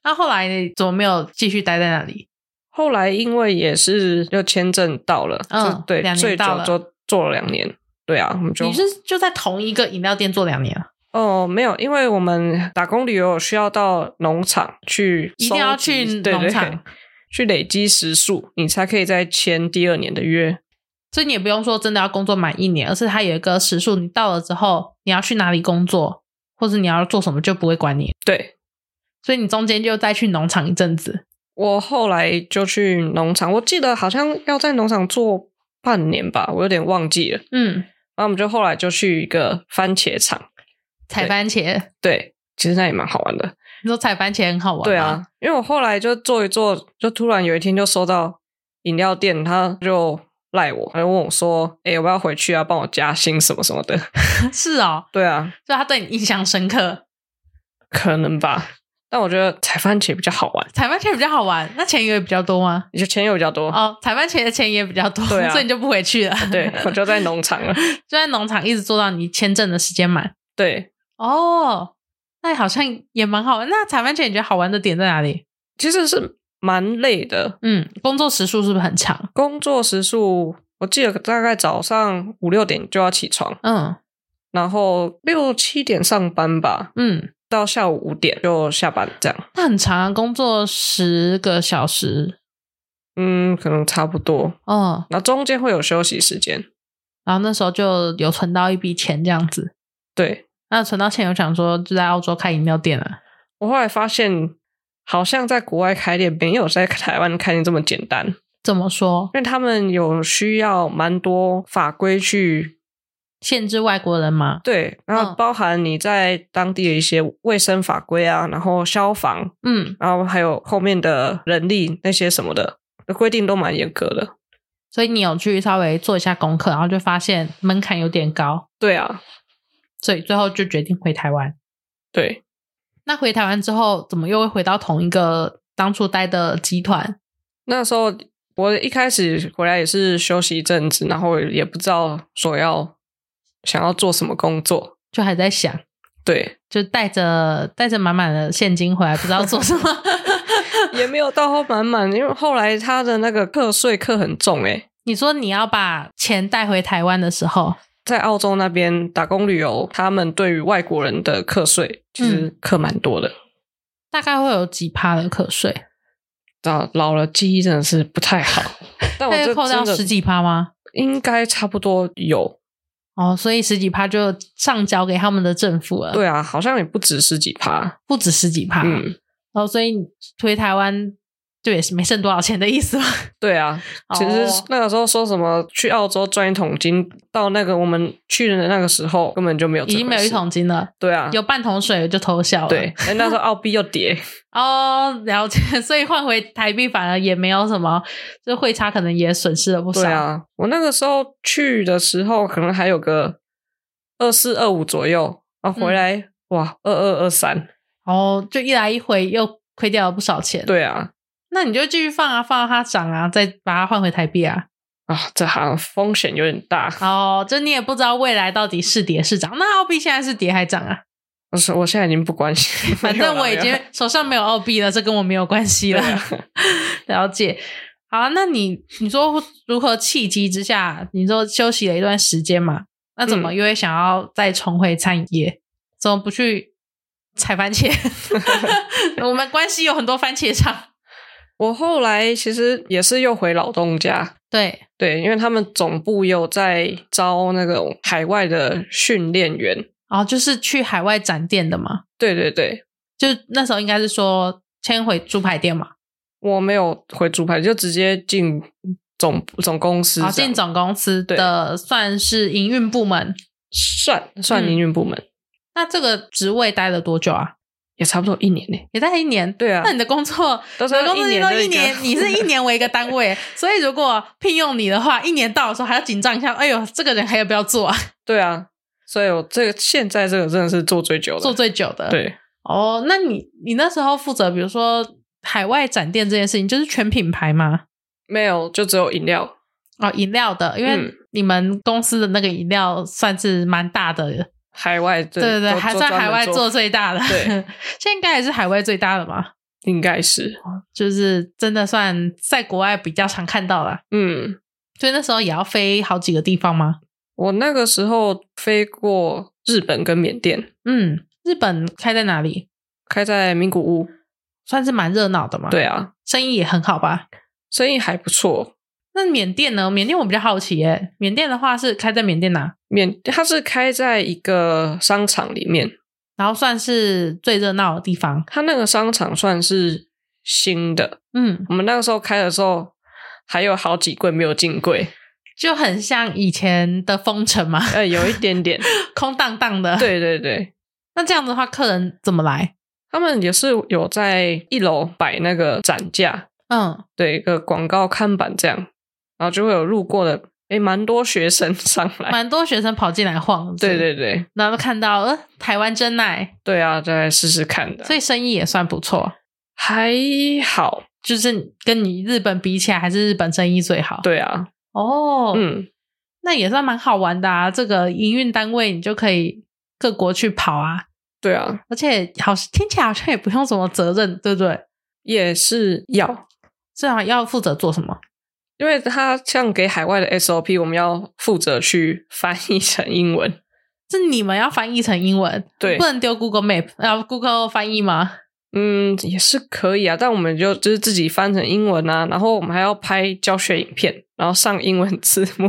[SPEAKER 1] 那后来你怎么没有继续待在那里？
[SPEAKER 2] 后来因为也是就签证到了，
[SPEAKER 1] 嗯
[SPEAKER 2] 就对
[SPEAKER 1] 两，年
[SPEAKER 2] 最
[SPEAKER 1] 到
[SPEAKER 2] 久
[SPEAKER 1] 了
[SPEAKER 2] 就做了两年，对啊，我们就
[SPEAKER 1] 你是就在同一个饮料店做两年啊？
[SPEAKER 2] 哦，没有，因为我们打工旅游需要到农场去收集，
[SPEAKER 1] 一定要去
[SPEAKER 2] 对
[SPEAKER 1] 农场
[SPEAKER 2] 对对去累积时数，你才可以再签第二年的约。
[SPEAKER 1] 所以你也不用说真的要工作满一年，而是它有一个时数，你到了之后你要去哪里工作，或者你要做什么就不会管你。
[SPEAKER 2] 对
[SPEAKER 1] 所以你中间就再去农场一阵子，
[SPEAKER 2] 我后来就去农场，我记得好像要在农场做半年吧，我有点忘记了。
[SPEAKER 1] 嗯，
[SPEAKER 2] 然后我们就后来就去一个番茄场，
[SPEAKER 1] 采
[SPEAKER 2] 对
[SPEAKER 1] 番茄。
[SPEAKER 2] 对，其实那也蛮好玩的。
[SPEAKER 1] 你说采番茄很好玩，
[SPEAKER 2] 对，啊，因为我后来就做一做，就突然有一天就收到饮料店，他就赖我，他就问我说：“哎、我要回去啊，帮我加薪什么什么的。
[SPEAKER 1] 是哦”，
[SPEAKER 2] 对啊，
[SPEAKER 1] 所以他对你印象深刻。
[SPEAKER 2] 可能吧。但我觉得采番茄比较好玩，
[SPEAKER 1] 采番茄比较好玩，那钱也比较多吗？
[SPEAKER 2] 就钱又比较多。
[SPEAKER 1] 哦，采番茄的钱也比较多，
[SPEAKER 2] 对啊
[SPEAKER 1] 所以你就不回去了。
[SPEAKER 2] 对，我就在农场了。
[SPEAKER 1] 就在农场一直做到你签证的时间满。
[SPEAKER 2] 对，
[SPEAKER 1] 哦，那好像也蛮好玩。那采番茄你觉得好玩的点在哪里？
[SPEAKER 2] 其实是蛮累的，
[SPEAKER 1] 嗯，工作时数是不是很长？
[SPEAKER 2] 工作时数我记得大概早上五六点就要起床，
[SPEAKER 1] 嗯
[SPEAKER 2] 然后六七点上班吧，
[SPEAKER 1] 嗯，
[SPEAKER 2] 到下午五点就下班这样。
[SPEAKER 1] 那很长啊，工作十个小时。
[SPEAKER 2] 嗯，可能差不多。
[SPEAKER 1] 嗯，
[SPEAKER 2] 那中间会有休息时间。
[SPEAKER 1] 然后那时候就有存到一笔钱这样子。
[SPEAKER 2] 对
[SPEAKER 1] 那存到钱有想说就在澳洲开饮料店啊？
[SPEAKER 2] 我后来发现，好像在国外开店没有在台湾开店这么简单，因
[SPEAKER 1] 怎么说？
[SPEAKER 2] 为他们有需要蛮多法规去
[SPEAKER 1] 限制外国人吗？
[SPEAKER 2] 对，然后
[SPEAKER 1] 嗯
[SPEAKER 2] 包含你在当地的一些卫生法规啊，然后消防，
[SPEAKER 1] 嗯，
[SPEAKER 2] 然后还有后面的人力那些什么的。规定都蛮严格的，
[SPEAKER 1] 所以你有去稍微做一下功课，然后就发现门槛有点高，
[SPEAKER 2] 对啊，
[SPEAKER 1] 所以最后就决定回台湾。
[SPEAKER 2] 对，
[SPEAKER 1] 那回台湾之后，怎么又会回到同一个当初待的集团？
[SPEAKER 2] 那时候我一开始回来也是休息一阵子，然后也不知道说要想要做什么工作，
[SPEAKER 1] 就还在想，
[SPEAKER 2] 对，
[SPEAKER 1] 就带着带着满满的现金回来，不知道做什么。
[SPEAKER 2] 也没有到满满，因为后来他的那个课税课很重欸诶、
[SPEAKER 1] 你说你要把钱带回台湾的时候，
[SPEAKER 2] 在澳洲那边打工旅游，他们对于外国人的课税其
[SPEAKER 1] 嗯
[SPEAKER 2] 实课蛮多的。
[SPEAKER 1] 大概会有几趴的课税？
[SPEAKER 2] 到、老了记忆真的是不太好，但我
[SPEAKER 1] 那
[SPEAKER 2] 这
[SPEAKER 1] 就扣掉
[SPEAKER 2] 真的
[SPEAKER 1] 十几趴吗？
[SPEAKER 2] 应该差不多有，
[SPEAKER 1] 哦，所以十几趴就上交给他们的政府了，
[SPEAKER 2] 对，啊，好像也不止十几趴，
[SPEAKER 1] 不止十几趴。
[SPEAKER 2] 嗯，
[SPEAKER 1] 哦，所以推台湾就也是没剩多少钱的意思吗？
[SPEAKER 2] 对啊，其实
[SPEAKER 1] 哦
[SPEAKER 2] 那个时候说什么去澳洲赚一桶金，到那个我们去的那个时候根本就没有，
[SPEAKER 1] 已经没有一，桶金了，
[SPEAKER 2] 对啊，
[SPEAKER 1] 有半桶水就偷笑了。
[SPEAKER 2] 对，哎，那时候澳币又跌，
[SPEAKER 1] 哦，了解， 所以换回台币反而也没有什么，就汇差可能也损失了不少。
[SPEAKER 2] 对啊，我那个时候去的时候可能还有个二四二五左右，然
[SPEAKER 1] 嗯
[SPEAKER 2] 后回来、哇二二二三，
[SPEAKER 1] 哦，就一来一回又亏掉了不少钱。，
[SPEAKER 2] 对啊，
[SPEAKER 1] 那你就继续放啊，放到它涨啊，再把它换回台币啊。
[SPEAKER 2] 啊，这行风险有点大。
[SPEAKER 1] 哦，就你也不知道未来到底是跌是涨。那澳币现在是跌还涨啊？
[SPEAKER 2] 我是我现在已经不关心，
[SPEAKER 1] 反正我已
[SPEAKER 2] 没有
[SPEAKER 1] 经
[SPEAKER 2] 啦
[SPEAKER 1] 手上没有澳币了，这跟我没有关系了。
[SPEAKER 2] 对啊
[SPEAKER 1] 了解。好啊，那你你说如何契机之下，你说休息了一段时间嘛？那怎
[SPEAKER 2] 嗯
[SPEAKER 1] 么又会想要再重回餐饮业？怎么不去采番 茄？我们关系有很多番茄厂，
[SPEAKER 2] 我后来其实也是又回老东家，
[SPEAKER 1] 对，
[SPEAKER 2] 对，因为他们总部有在招那种海外的训练员。
[SPEAKER 1] 然后哦就是去海外展店的嘛。
[SPEAKER 2] 对对对，
[SPEAKER 1] 就那时候应该是说迁回猪排店嘛，
[SPEAKER 2] 我没有回猪排，就直接进总总公司这
[SPEAKER 1] 好
[SPEAKER 2] 样，
[SPEAKER 1] 哦进总公司的算是营运部门。
[SPEAKER 2] 算算
[SPEAKER 1] 嗯
[SPEAKER 2] 营运部门、
[SPEAKER 1] 那这个职位待了多久啊？
[SPEAKER 2] 也差不多一年呢。
[SPEAKER 1] 也待一年。
[SPEAKER 2] 对啊
[SPEAKER 1] 那你的工作
[SPEAKER 2] 都是
[SPEAKER 1] 你的工作
[SPEAKER 2] 一年
[SPEAKER 1] 都
[SPEAKER 2] 的
[SPEAKER 1] 一
[SPEAKER 2] 一个
[SPEAKER 1] 年，你是一年为一个单位，所以如果聘用你的话，一年到的时候还要紧张一下，哎呦，这个人还要不要做啊？
[SPEAKER 2] 对啊，所以我这个现在这个真的是做最久的，
[SPEAKER 1] 做最久的。，
[SPEAKER 2] 对
[SPEAKER 1] 哦，那你你那时候负责，比如说海外展店这件事情，就是全品牌吗？
[SPEAKER 2] 没有就只有饮料。
[SPEAKER 1] 哦，饮料的，因为
[SPEAKER 2] 嗯
[SPEAKER 1] 你们公司的那个饮料算是蛮大的，
[SPEAKER 2] 海外
[SPEAKER 1] 对对对，还算海外做
[SPEAKER 2] 做，
[SPEAKER 1] 最大的，
[SPEAKER 2] 对
[SPEAKER 1] 现在应该也是海外最大的嘛，
[SPEAKER 2] 应该是
[SPEAKER 1] 就是真的算在国外比较常看到啦。
[SPEAKER 2] 嗯，
[SPEAKER 1] 所以那时候也要飞好几个地方吗？
[SPEAKER 2] 我那个时候飞过日本跟缅甸，
[SPEAKER 1] 嗯，日本开在哪里？
[SPEAKER 2] 开在名古屋。
[SPEAKER 1] 算是蛮热闹的嘛。
[SPEAKER 2] 对，啊，
[SPEAKER 1] 生意也很好吧？
[SPEAKER 2] 生意还不错。
[SPEAKER 1] 那缅甸呢？缅甸我比较好奇耶、缅甸的话是开在缅甸哪？
[SPEAKER 2] 缅它是开在一个商场里面，
[SPEAKER 1] 然后算是最热闹的地方。
[SPEAKER 2] 它那个商场算是新的。
[SPEAKER 1] 嗯，
[SPEAKER 2] 我们那个时候开的时候，还有好几柜没有进柜，
[SPEAKER 1] 就很像以前的封城嘛，
[SPEAKER 2] 呃，有一点点。
[SPEAKER 1] 空荡荡的。，
[SPEAKER 2] 对对对，
[SPEAKER 1] 那这样子的话，客人怎么来？
[SPEAKER 2] 他们也是有在一楼摆那个展架，
[SPEAKER 1] 嗯，
[SPEAKER 2] 对一个广告看板这样，然后就会有路过的，诶，蛮多学生上来。
[SPEAKER 1] 蛮多学生跑进来晃。
[SPEAKER 2] 哎对，对对，
[SPEAKER 1] 然后都看到呃台湾真奶，
[SPEAKER 2] 对啊，再来试试看的。
[SPEAKER 1] 所以生意也算不错。
[SPEAKER 2] 还好，
[SPEAKER 1] 就是跟你日本比起来，还是日本生意最好。，
[SPEAKER 2] 对啊，
[SPEAKER 1] 哦，
[SPEAKER 2] 嗯，
[SPEAKER 1] 那也算蛮好玩的啊。这个营运单位你就可以各国去跑啊，
[SPEAKER 2] 对啊，
[SPEAKER 1] 而且好听起来好像也不用什么责任，对不对？
[SPEAKER 2] 也是要，
[SPEAKER 1] 最好要负责做什么？
[SPEAKER 2] 因为他像给海外的 SOP，我们要负责去翻译成英文。
[SPEAKER 1] 是你们要翻译成英文，
[SPEAKER 2] 对
[SPEAKER 1] 不能丢 Google Map，要 Google 翻译吗？
[SPEAKER 2] 嗯，也是可以啊，但我们就就是自己翻成英文啊，然后我们还要拍教学影片，然后上英文字幕。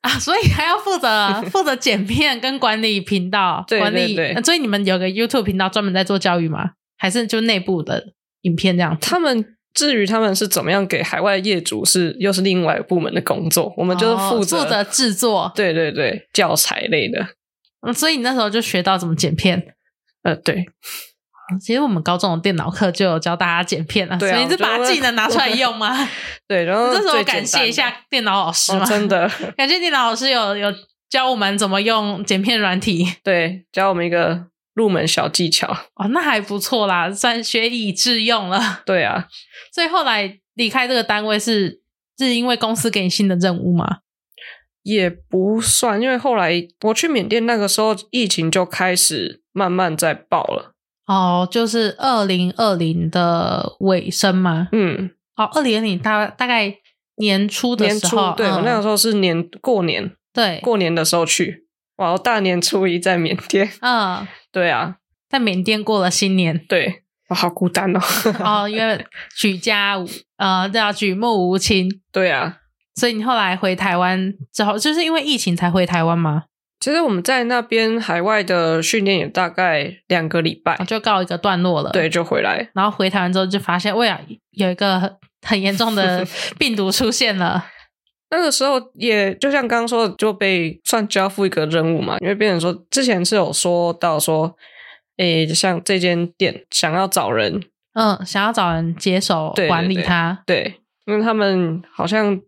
[SPEAKER 1] 啊，所以还要负 责负责剪片跟管理频道，
[SPEAKER 2] 对
[SPEAKER 1] 管理
[SPEAKER 2] 对对
[SPEAKER 1] 呃所以你们有个 YouTube 频道专门在做教育吗？还是就内部的影片这样子？
[SPEAKER 2] 他们至于他们是怎么样给海外业主是，又是另外一个部门的工作，我们就是
[SPEAKER 1] 哦
[SPEAKER 2] 负责、
[SPEAKER 1] 负责制作，
[SPEAKER 2] 对对对，教材类的。
[SPEAKER 1] 嗯所以你那时候就学到怎么剪片。
[SPEAKER 2] 呃，对，
[SPEAKER 1] 其实我们高中的电脑课就有教大家剪片啊，
[SPEAKER 2] 对啊
[SPEAKER 1] 所以你是把
[SPEAKER 2] 我觉得
[SPEAKER 1] 技能拿出来用吗？
[SPEAKER 2] 对，然后
[SPEAKER 1] 这时候
[SPEAKER 2] 最
[SPEAKER 1] 感
[SPEAKER 2] 简单
[SPEAKER 1] 谢一下电脑老师
[SPEAKER 2] 的
[SPEAKER 1] 嘛，
[SPEAKER 2] 哦，真的。
[SPEAKER 1] 感谢电脑老师有有教我们怎么用剪片软体
[SPEAKER 2] 对，教我们一个入门小技巧。
[SPEAKER 1] 哦，那还不错啦，算学以致用了。
[SPEAKER 2] 对啊，
[SPEAKER 1] 所以后来离开这个单位是是因为公司给你新的任务吗？
[SPEAKER 2] 也不算，因为后来我去缅甸那个时候，疫情就开始慢慢在爆了。
[SPEAKER 1] 哦，就是二零二零的尾声吗？
[SPEAKER 2] 嗯，
[SPEAKER 1] 哦，二零二零大大概年初的
[SPEAKER 2] 年
[SPEAKER 1] 时
[SPEAKER 2] 初
[SPEAKER 1] 候，
[SPEAKER 2] 对、我
[SPEAKER 1] 嗯
[SPEAKER 2] 那个时候是年过年，
[SPEAKER 1] 对，
[SPEAKER 2] 过年的时候去，哇，我大年初一在缅甸。
[SPEAKER 1] 嗯，
[SPEAKER 2] 对啊，
[SPEAKER 1] 在缅甸过了新年。
[SPEAKER 2] 对，我好 孤单哦。
[SPEAKER 1] 哦，因为举家无呃，叫举目无亲，
[SPEAKER 2] 对啊，
[SPEAKER 1] 所以你后来回台湾之后，就是因为疫情才回台湾吗？
[SPEAKER 2] 其实我们在那边海外的训练也大概两个礼拜
[SPEAKER 1] 啊，就告一个段落了。
[SPEAKER 2] 对，，就回来。
[SPEAKER 1] 然后回台湾之后就发现，喂呀，有一个很很严重的病毒出现 了。
[SPEAKER 2] 那个时候也就像刚刚说的，就被算交付一个任务嘛，因为变成说之前是有说到说，诶，像这间店想要找人，
[SPEAKER 1] 嗯，想要找人接手
[SPEAKER 2] 对对
[SPEAKER 1] 管理它，
[SPEAKER 2] 对，因为他们好像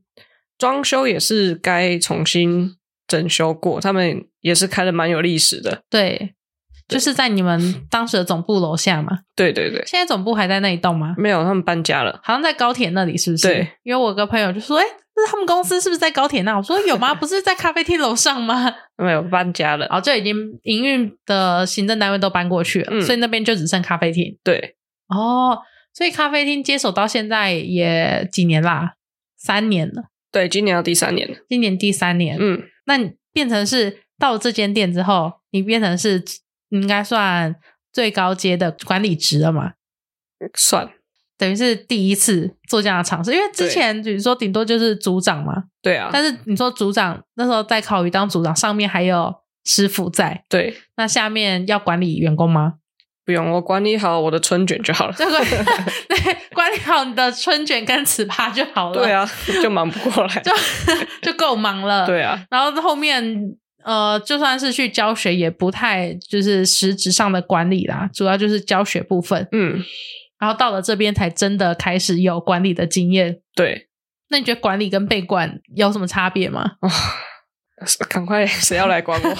[SPEAKER 2] 装修也是该重新整修过，他们也是开的蛮有历史的。
[SPEAKER 1] 对，就是在你们当时的总部楼下嘛。
[SPEAKER 2] 对对对，
[SPEAKER 1] 现在总部还在那一栋吗？
[SPEAKER 2] 没有，他们搬家了。
[SPEAKER 1] 好像在高铁那里，是不是？
[SPEAKER 2] 对，
[SPEAKER 1] 因为我有个朋友就说，哎、那他们公司是不是在高铁那？我说有吗？不是在咖啡厅楼上吗？
[SPEAKER 2] 没有搬家了
[SPEAKER 1] 然，后就已经营运的行政单位都搬过去了，
[SPEAKER 2] 嗯
[SPEAKER 1] 所以那边就只剩咖啡厅。
[SPEAKER 2] 对，
[SPEAKER 1] 哦，所以咖啡厅接手到现在也几年啦，三年了，
[SPEAKER 2] 对，今年要第三年了，
[SPEAKER 1] 今年第三年。
[SPEAKER 2] 嗯，
[SPEAKER 1] 那你变成是到了这间店之后，你变成是应该算最高阶的管理职了嘛？
[SPEAKER 2] 算，
[SPEAKER 1] 等于是第一次做这样的尝试，因为之前比如说顶多就是组长嘛，
[SPEAKER 2] 对啊，
[SPEAKER 1] 但是你说组长那时候在烤鱼当组长，上面还有师傅在，
[SPEAKER 2] 对，
[SPEAKER 1] 那下面要管理员工吗？
[SPEAKER 2] 不用，我管理好我的春卷就好了。
[SPEAKER 1] 就管 对管理好你的春卷跟糍粑就好了，
[SPEAKER 2] 对，啊， 就忙不过来。
[SPEAKER 1] 就 就够忙了。
[SPEAKER 2] 对啊，
[SPEAKER 1] 然后后面呃，就算是去教学，也不太就是实质上的管理啦，主要就是教学部分。
[SPEAKER 2] 嗯，
[SPEAKER 1] 然后到了这边才真的开始有管理的经验。
[SPEAKER 2] 对，
[SPEAKER 1] 那你觉得管理跟被管有什么差别吗？
[SPEAKER 2] 赶快，谁要来管我？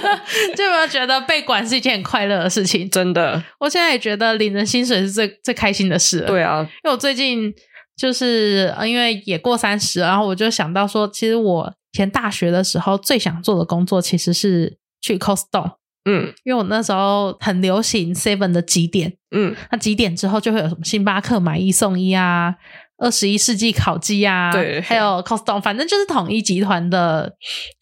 [SPEAKER 1] 就有没有觉得被管是一件很快乐的事情？
[SPEAKER 2] 真的，
[SPEAKER 1] 我现在也觉得领着薪水是最最开心的事了。
[SPEAKER 2] 对啊，
[SPEAKER 1] 因为我最近就是呃因为也过三十，然后我就想到说，其实我以前大学的时候最想做的工作其实是去 Costco，
[SPEAKER 2] 嗯
[SPEAKER 1] 因为我那时候很流行 Seven 的几点，
[SPEAKER 2] 嗯，
[SPEAKER 1] 那几点之后就会有什么星巴克买一送一啊，二十一世纪烤鸡啊，
[SPEAKER 2] 对
[SPEAKER 1] 还有 Costco，反正就是统一集团的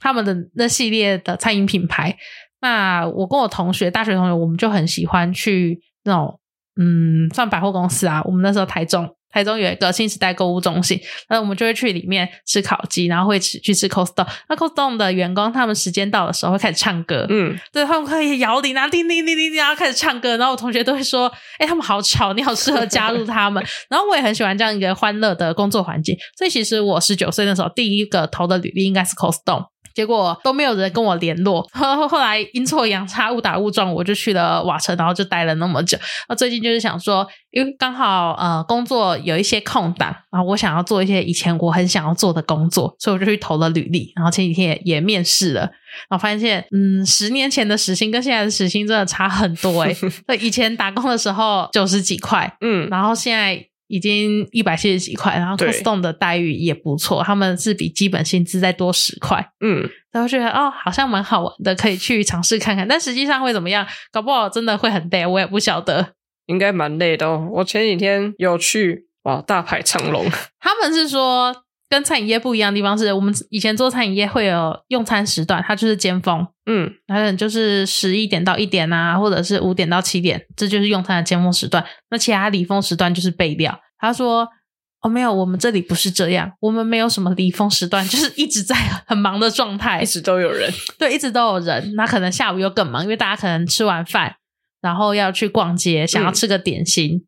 [SPEAKER 1] 他们的那系列的餐饮品牌。那我跟我同学，大学同学，我们就很喜欢去那种嗯，算百货公司啊。我们那时候台中，台中有一个新时代购物中心，那我们就会去里面吃烤鸡，然后会吃去吃 Costco。那 Costco 的员工他们时间到的时候会开始唱歌，
[SPEAKER 2] 嗯，
[SPEAKER 1] 对他们可以摇铃啊，叮叮叮叮叮，然后开始唱歌，然后我同学都会说：“哎、他们好吵，你好适合加入他们。”然后我也很喜欢这样一个欢乐的工作环境，所以其实我十九岁那时候第一个投的履历应该是 Costco。结果都没有人跟我联络， 后后后来阴错阳差，误打误撞，我就去了瓦城，然后就待了那么久。那最近就是想说，因为刚好呃工作有一些空档，然后我想要做一些以前我很想要做的工作，所以我就去投了履历，然后前几天也也面试了，然后发现嗯十年前的时薪跟现在的时薪真的差很多诶、欸对，以前打工的时候九十几块，
[SPEAKER 2] 嗯，
[SPEAKER 1] 然后现在。已经一百七十几块，然后
[SPEAKER 2] 对
[SPEAKER 1] Costco 的待遇也不错，他们是比基本薪资再多十块，
[SPEAKER 2] 嗯，
[SPEAKER 1] 然后觉得哦，好像蛮好玩的，可以去尝试看看。但实际上会怎么样，搞不好真的会很累，我也不晓得。
[SPEAKER 2] 应该蛮累的哦。我前几天有去，哇，大排长龙。
[SPEAKER 1] 他们是说跟餐饮业不一样的地方是，我们以前做餐饮业会有用餐时段，它就是尖峰，
[SPEAKER 2] 嗯，
[SPEAKER 1] 然后就是十一点到一点啊，或者是五点到七点，这就是用餐的尖峰时段。那其他离峰时段就是备料。他说。哦，没有，我们这里不是这样，我们没有什么离峰时段，就是一直在很忙的状态
[SPEAKER 2] 一，直都有人。
[SPEAKER 1] 对，一直都有人。那可能下午又更忙，因为大家可能吃完饭，然后要去逛街，想要吃个点心。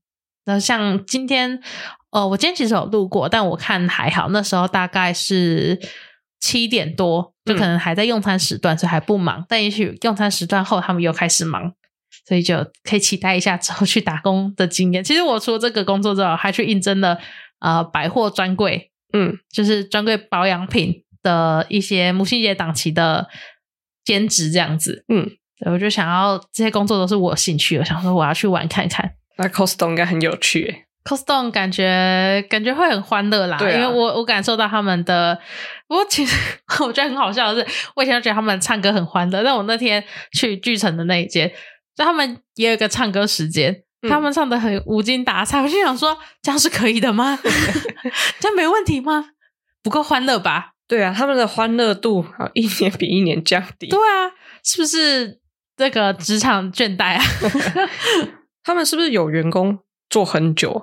[SPEAKER 1] 那、像今天，呃，我今天其实有路过，但我看还好，那时候大概是七点多，就可能还在用餐时段，所以还不忙。但也许用餐时段后，他们又开始忙。所以就可以期待一下之后去打工的经验。其实我除了这个工作之后，还去应征了呃百货专柜
[SPEAKER 2] 嗯，
[SPEAKER 1] 就是专柜保养品的一些母亲节档期的兼职这样子。
[SPEAKER 2] 嗯
[SPEAKER 1] 对，我就想要这些工作都是我兴趣，我想说我要去玩看看。
[SPEAKER 2] 那 Costco 应该很有趣耶。
[SPEAKER 1] Costco 感觉感觉会很欢乐啦，
[SPEAKER 2] 对
[SPEAKER 1] 因
[SPEAKER 2] 啊
[SPEAKER 1] 为我我感受到他们的，我其实 我觉得很好笑的是，我以前就觉得他们唱歌很欢乐，但我那天去巨城的那一间，就他们也有一个唱歌时间，
[SPEAKER 2] 嗯
[SPEAKER 1] 他们唱的很无精打采，我就想说这样是可以的吗？ 这样没问题吗？不够欢乐吧？
[SPEAKER 2] 对啊，他们的欢乐度啊，一年比一年降低。
[SPEAKER 1] 对啊，是不是这个职场倦怠 啊？
[SPEAKER 2] 他们是不是有员工做很久啊？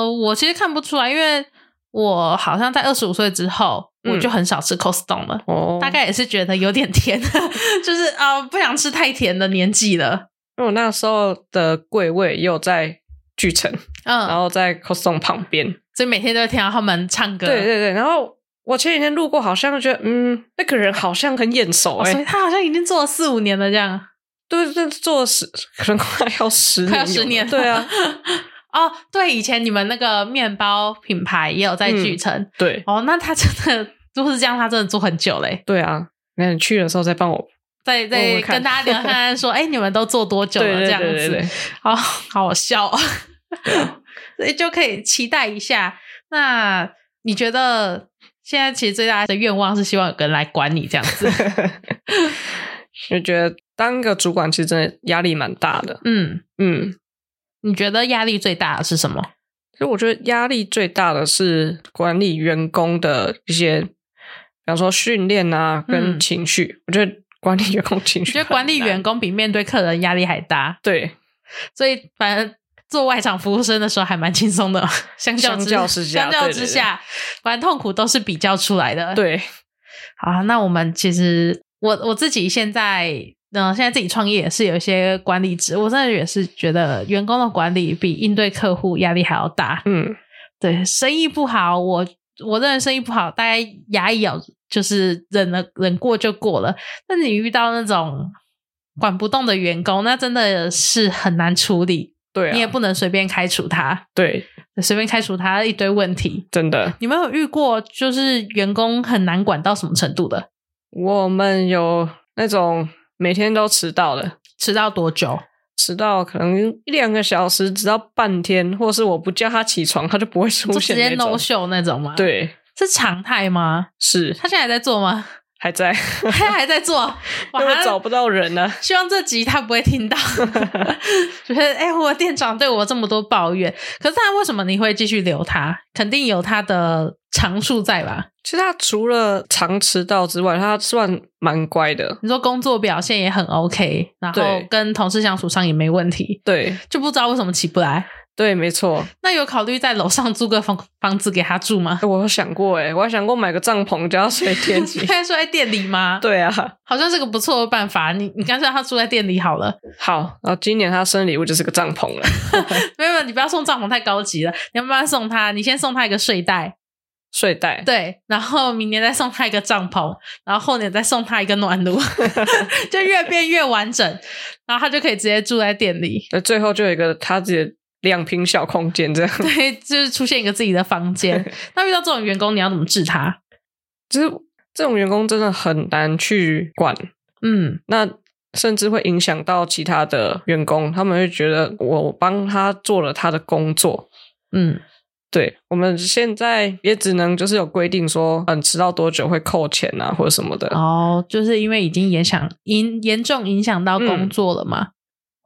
[SPEAKER 1] 呃，我其实看不出来，因为我好像在二十五岁之后，
[SPEAKER 2] 嗯
[SPEAKER 1] 我就很少吃 Costco 了。
[SPEAKER 2] 哦，
[SPEAKER 1] 大概也是觉得有点甜， 就是呃不想吃太甜的年纪了。
[SPEAKER 2] 因为我那时候的柜位也有在巨城，然
[SPEAKER 1] 嗯，
[SPEAKER 2] 后在 Costco 旁边。
[SPEAKER 1] 所以每天都会听到他们唱歌。
[SPEAKER 2] 对对对，然后我前几天路过，好像就觉得嗯，那个人好像很眼熟
[SPEAKER 1] 哦
[SPEAKER 2] 哎、
[SPEAKER 1] 所以他好像已经做了四五年了，这样
[SPEAKER 2] 对对，做了十可能快要十年有
[SPEAKER 1] 快
[SPEAKER 2] 了，
[SPEAKER 1] 要十年了。
[SPEAKER 2] 对啊，。
[SPEAKER 1] 哦，对，以前你们那个面包品牌也有在
[SPEAKER 2] 嗯
[SPEAKER 1] 巨城。
[SPEAKER 2] 对
[SPEAKER 1] 哦，那他真的如果是这样，他真的做很久嘞。
[SPEAKER 2] 对啊。那你去的时候再帮我，
[SPEAKER 1] 再
[SPEAKER 2] 问
[SPEAKER 1] 再
[SPEAKER 2] 问看
[SPEAKER 1] 跟大家聊看看， 说，哎、你们都做多久
[SPEAKER 2] 对
[SPEAKER 1] 了？
[SPEAKER 2] 对
[SPEAKER 1] 这样子，
[SPEAKER 2] 对对啊对，
[SPEAKER 1] 好好笑、 哦， 所以就可以期待一下。那你觉得现在其实最大的愿望是希望有个人来管你这样 子？
[SPEAKER 2] 就觉得当个主管其实真的压力蛮大的。
[SPEAKER 1] 嗯，
[SPEAKER 2] 嗯，
[SPEAKER 1] 你觉得压力最大的是什么？
[SPEAKER 2] 所以我觉得压力最大的是管理员工的一些，比方说训练啊，跟
[SPEAKER 1] 嗯
[SPEAKER 2] 情绪。我觉得管理员工情
[SPEAKER 1] 你
[SPEAKER 2] 绪，
[SPEAKER 1] 觉得管理员工比面对客人压力还大？
[SPEAKER 2] 对，
[SPEAKER 1] 所以反正做外场服务生的时候还蛮轻松的，相较之
[SPEAKER 2] 相较之下
[SPEAKER 1] 相较
[SPEAKER 2] 对
[SPEAKER 1] 之
[SPEAKER 2] 对对
[SPEAKER 1] 下，反正痛苦都是比较出来的。
[SPEAKER 2] 对，
[SPEAKER 1] 好啊，那我们其实我我自己现在，嗯、现在自己创业也是有一些管理职，我真的也是觉得员工的管理比应对客户压力还要大。
[SPEAKER 2] 嗯，
[SPEAKER 1] 对，生意不好，我我认为生意不好，大概牙一咬就是忍了忍过就过了。但你遇到那种管不动的员工，那真的是很难处理，
[SPEAKER 2] 对、啊，
[SPEAKER 1] 你也不能随便开除他，
[SPEAKER 2] 对，
[SPEAKER 1] 随便开除他一堆问题。
[SPEAKER 2] 真的，
[SPEAKER 1] 你们有遇过就是员工很难管到什么程度的？
[SPEAKER 2] 我们有那种每天都迟到的，
[SPEAKER 1] 迟到多久？
[SPEAKER 2] 迟到可能一两个小时，直到半天，或是我不叫他起床，他就不会出
[SPEAKER 1] 就直
[SPEAKER 2] 现
[SPEAKER 1] 接
[SPEAKER 2] 那种。
[SPEAKER 1] no show 那种吗？，
[SPEAKER 2] 对，
[SPEAKER 1] 是常态吗？
[SPEAKER 2] 是
[SPEAKER 1] 他现在还在做 吗？
[SPEAKER 2] 还在，
[SPEAKER 1] 他还在做，
[SPEAKER 2] 因为
[SPEAKER 1] 哇！
[SPEAKER 2] 找不到人啊呢、
[SPEAKER 1] 希望这集他不会 听到， 觉得哎、我店长对我这么多抱怨，可是他为什么你会继续留他？肯定有他的长处在吧？
[SPEAKER 2] 其实他除了常迟到之外，他算蛮乖的。
[SPEAKER 1] 你说工作表现也很 OK，然后
[SPEAKER 2] 对
[SPEAKER 1] 跟同事相处上也没问题，
[SPEAKER 2] 对
[SPEAKER 1] 就不知道为什么起不来。
[SPEAKER 2] 对，没错。
[SPEAKER 1] 那有考虑在楼上租个房房子给他住吗
[SPEAKER 2] 哎？ 我有想过，哎，我还想过买个帐篷，叫他睡天
[SPEAKER 1] 应
[SPEAKER 2] 气。
[SPEAKER 1] 该说在店里吗？，
[SPEAKER 2] 对啊，
[SPEAKER 1] 好像是个不错的办法。你你干脆让他住在店里好了。
[SPEAKER 2] 好。然后今年他生日礼物就是个帐篷 了，
[SPEAKER 1] 没有，没有，你不要送帐篷太高级了，你要慢慢送他。你先送他一个睡袋，
[SPEAKER 2] 睡袋。
[SPEAKER 1] 对，然后明年再送他一个帐篷，然后后年再送他一个暖炉， 就越变越完整，然后他就可以直接住在店里。
[SPEAKER 2] 那最后就有一个他自己的两平小空间这样。
[SPEAKER 1] 对，就是出现一个自己的房间。那遇到这种员工，你要怎么治他？
[SPEAKER 2] 就是这种员工真的很难去管，
[SPEAKER 1] 嗯，
[SPEAKER 2] 那甚至会影响到其他的员工，他们会觉得我帮他做了他的工作。
[SPEAKER 1] 嗯，
[SPEAKER 2] 对我们现在也只能就是有规定说，嗯，迟到多久会扣钱啊，或者什么的。
[SPEAKER 1] 哦，就是因为已经影响影严重影响到工作了嘛。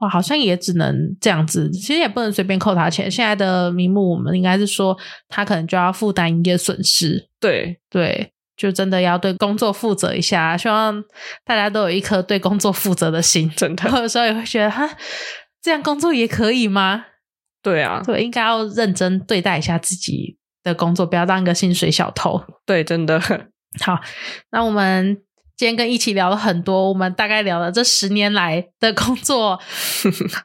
[SPEAKER 1] 哇，好像也只能这样子，其实也不能随便扣他钱。现在的名目，我们应该是说他可能就要负担营业损失，
[SPEAKER 2] 对
[SPEAKER 1] 对，就真的要对工作负责一下。啊希望大家都有一颗对工作负责的心。
[SPEAKER 2] 真的
[SPEAKER 1] 我有时候也会觉得，哈，这样工作也可以吗？
[SPEAKER 2] 对啊，
[SPEAKER 1] 对，应该要认真对待一下自己的工作，不要当一个薪水小偷。
[SPEAKER 2] 对，真的
[SPEAKER 1] 好，那我们今天跟一起聊了很多，我们大概聊了这十年来的工 作、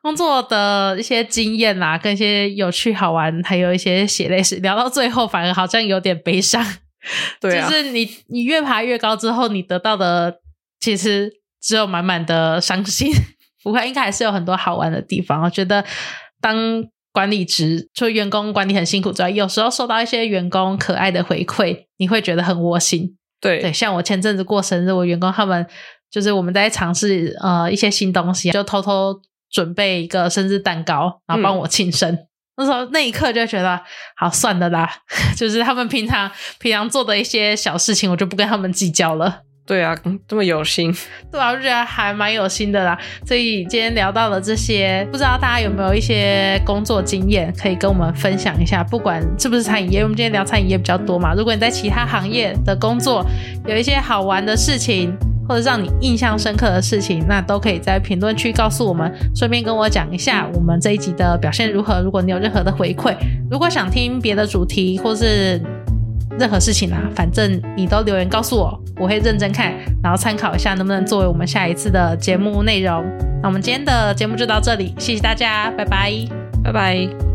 [SPEAKER 1] 工作的一些经验啦，跟一些有趣好玩，还有一些血泪史。聊到最后，反而好像有点悲伤。
[SPEAKER 2] 对啊
[SPEAKER 1] 就是你你越爬越高之后，你得到的其实只有满满的伤心。不会，应该还是有很多好玩的地方。我觉得当管理职，除了员工管理很辛苦之外，有时候收到一些员工可爱的回馈，你会觉得很窝心。
[SPEAKER 2] 对
[SPEAKER 1] 对，像我前阵子过生日，我员工他们就是我们在尝试呃一些新东西，就偷偷准备一个生日蛋糕，然后帮我庆生。那时候那一刻就觉得，好算了啦， 就是他们平常平常做的一些小事情，我就不跟他们计较了。
[SPEAKER 2] 对啊，嗯这么有心。
[SPEAKER 1] 对啊，我就觉得还蛮有心的啦。所以今天聊到了这些，不知道大家有没有一些工作经验可以跟我们分享一下？不管是不是餐饮业，我们今天聊餐饮业比较多嘛。如果你在其他行业的工作有一些好玩的事情，或者让你印象深刻的事情，那都可以在评论区告诉我们，顺便跟我讲一下我们这一集的表现如何。如果你有任何的回馈，如果想听别的主题，或是任何事情啦，反正你都留言告诉我，我会认真看，然后参考一下能不能作为我们下一次的节目内容。那我们今天的节目就到这里，谢谢大家，拜拜。
[SPEAKER 2] 拜拜。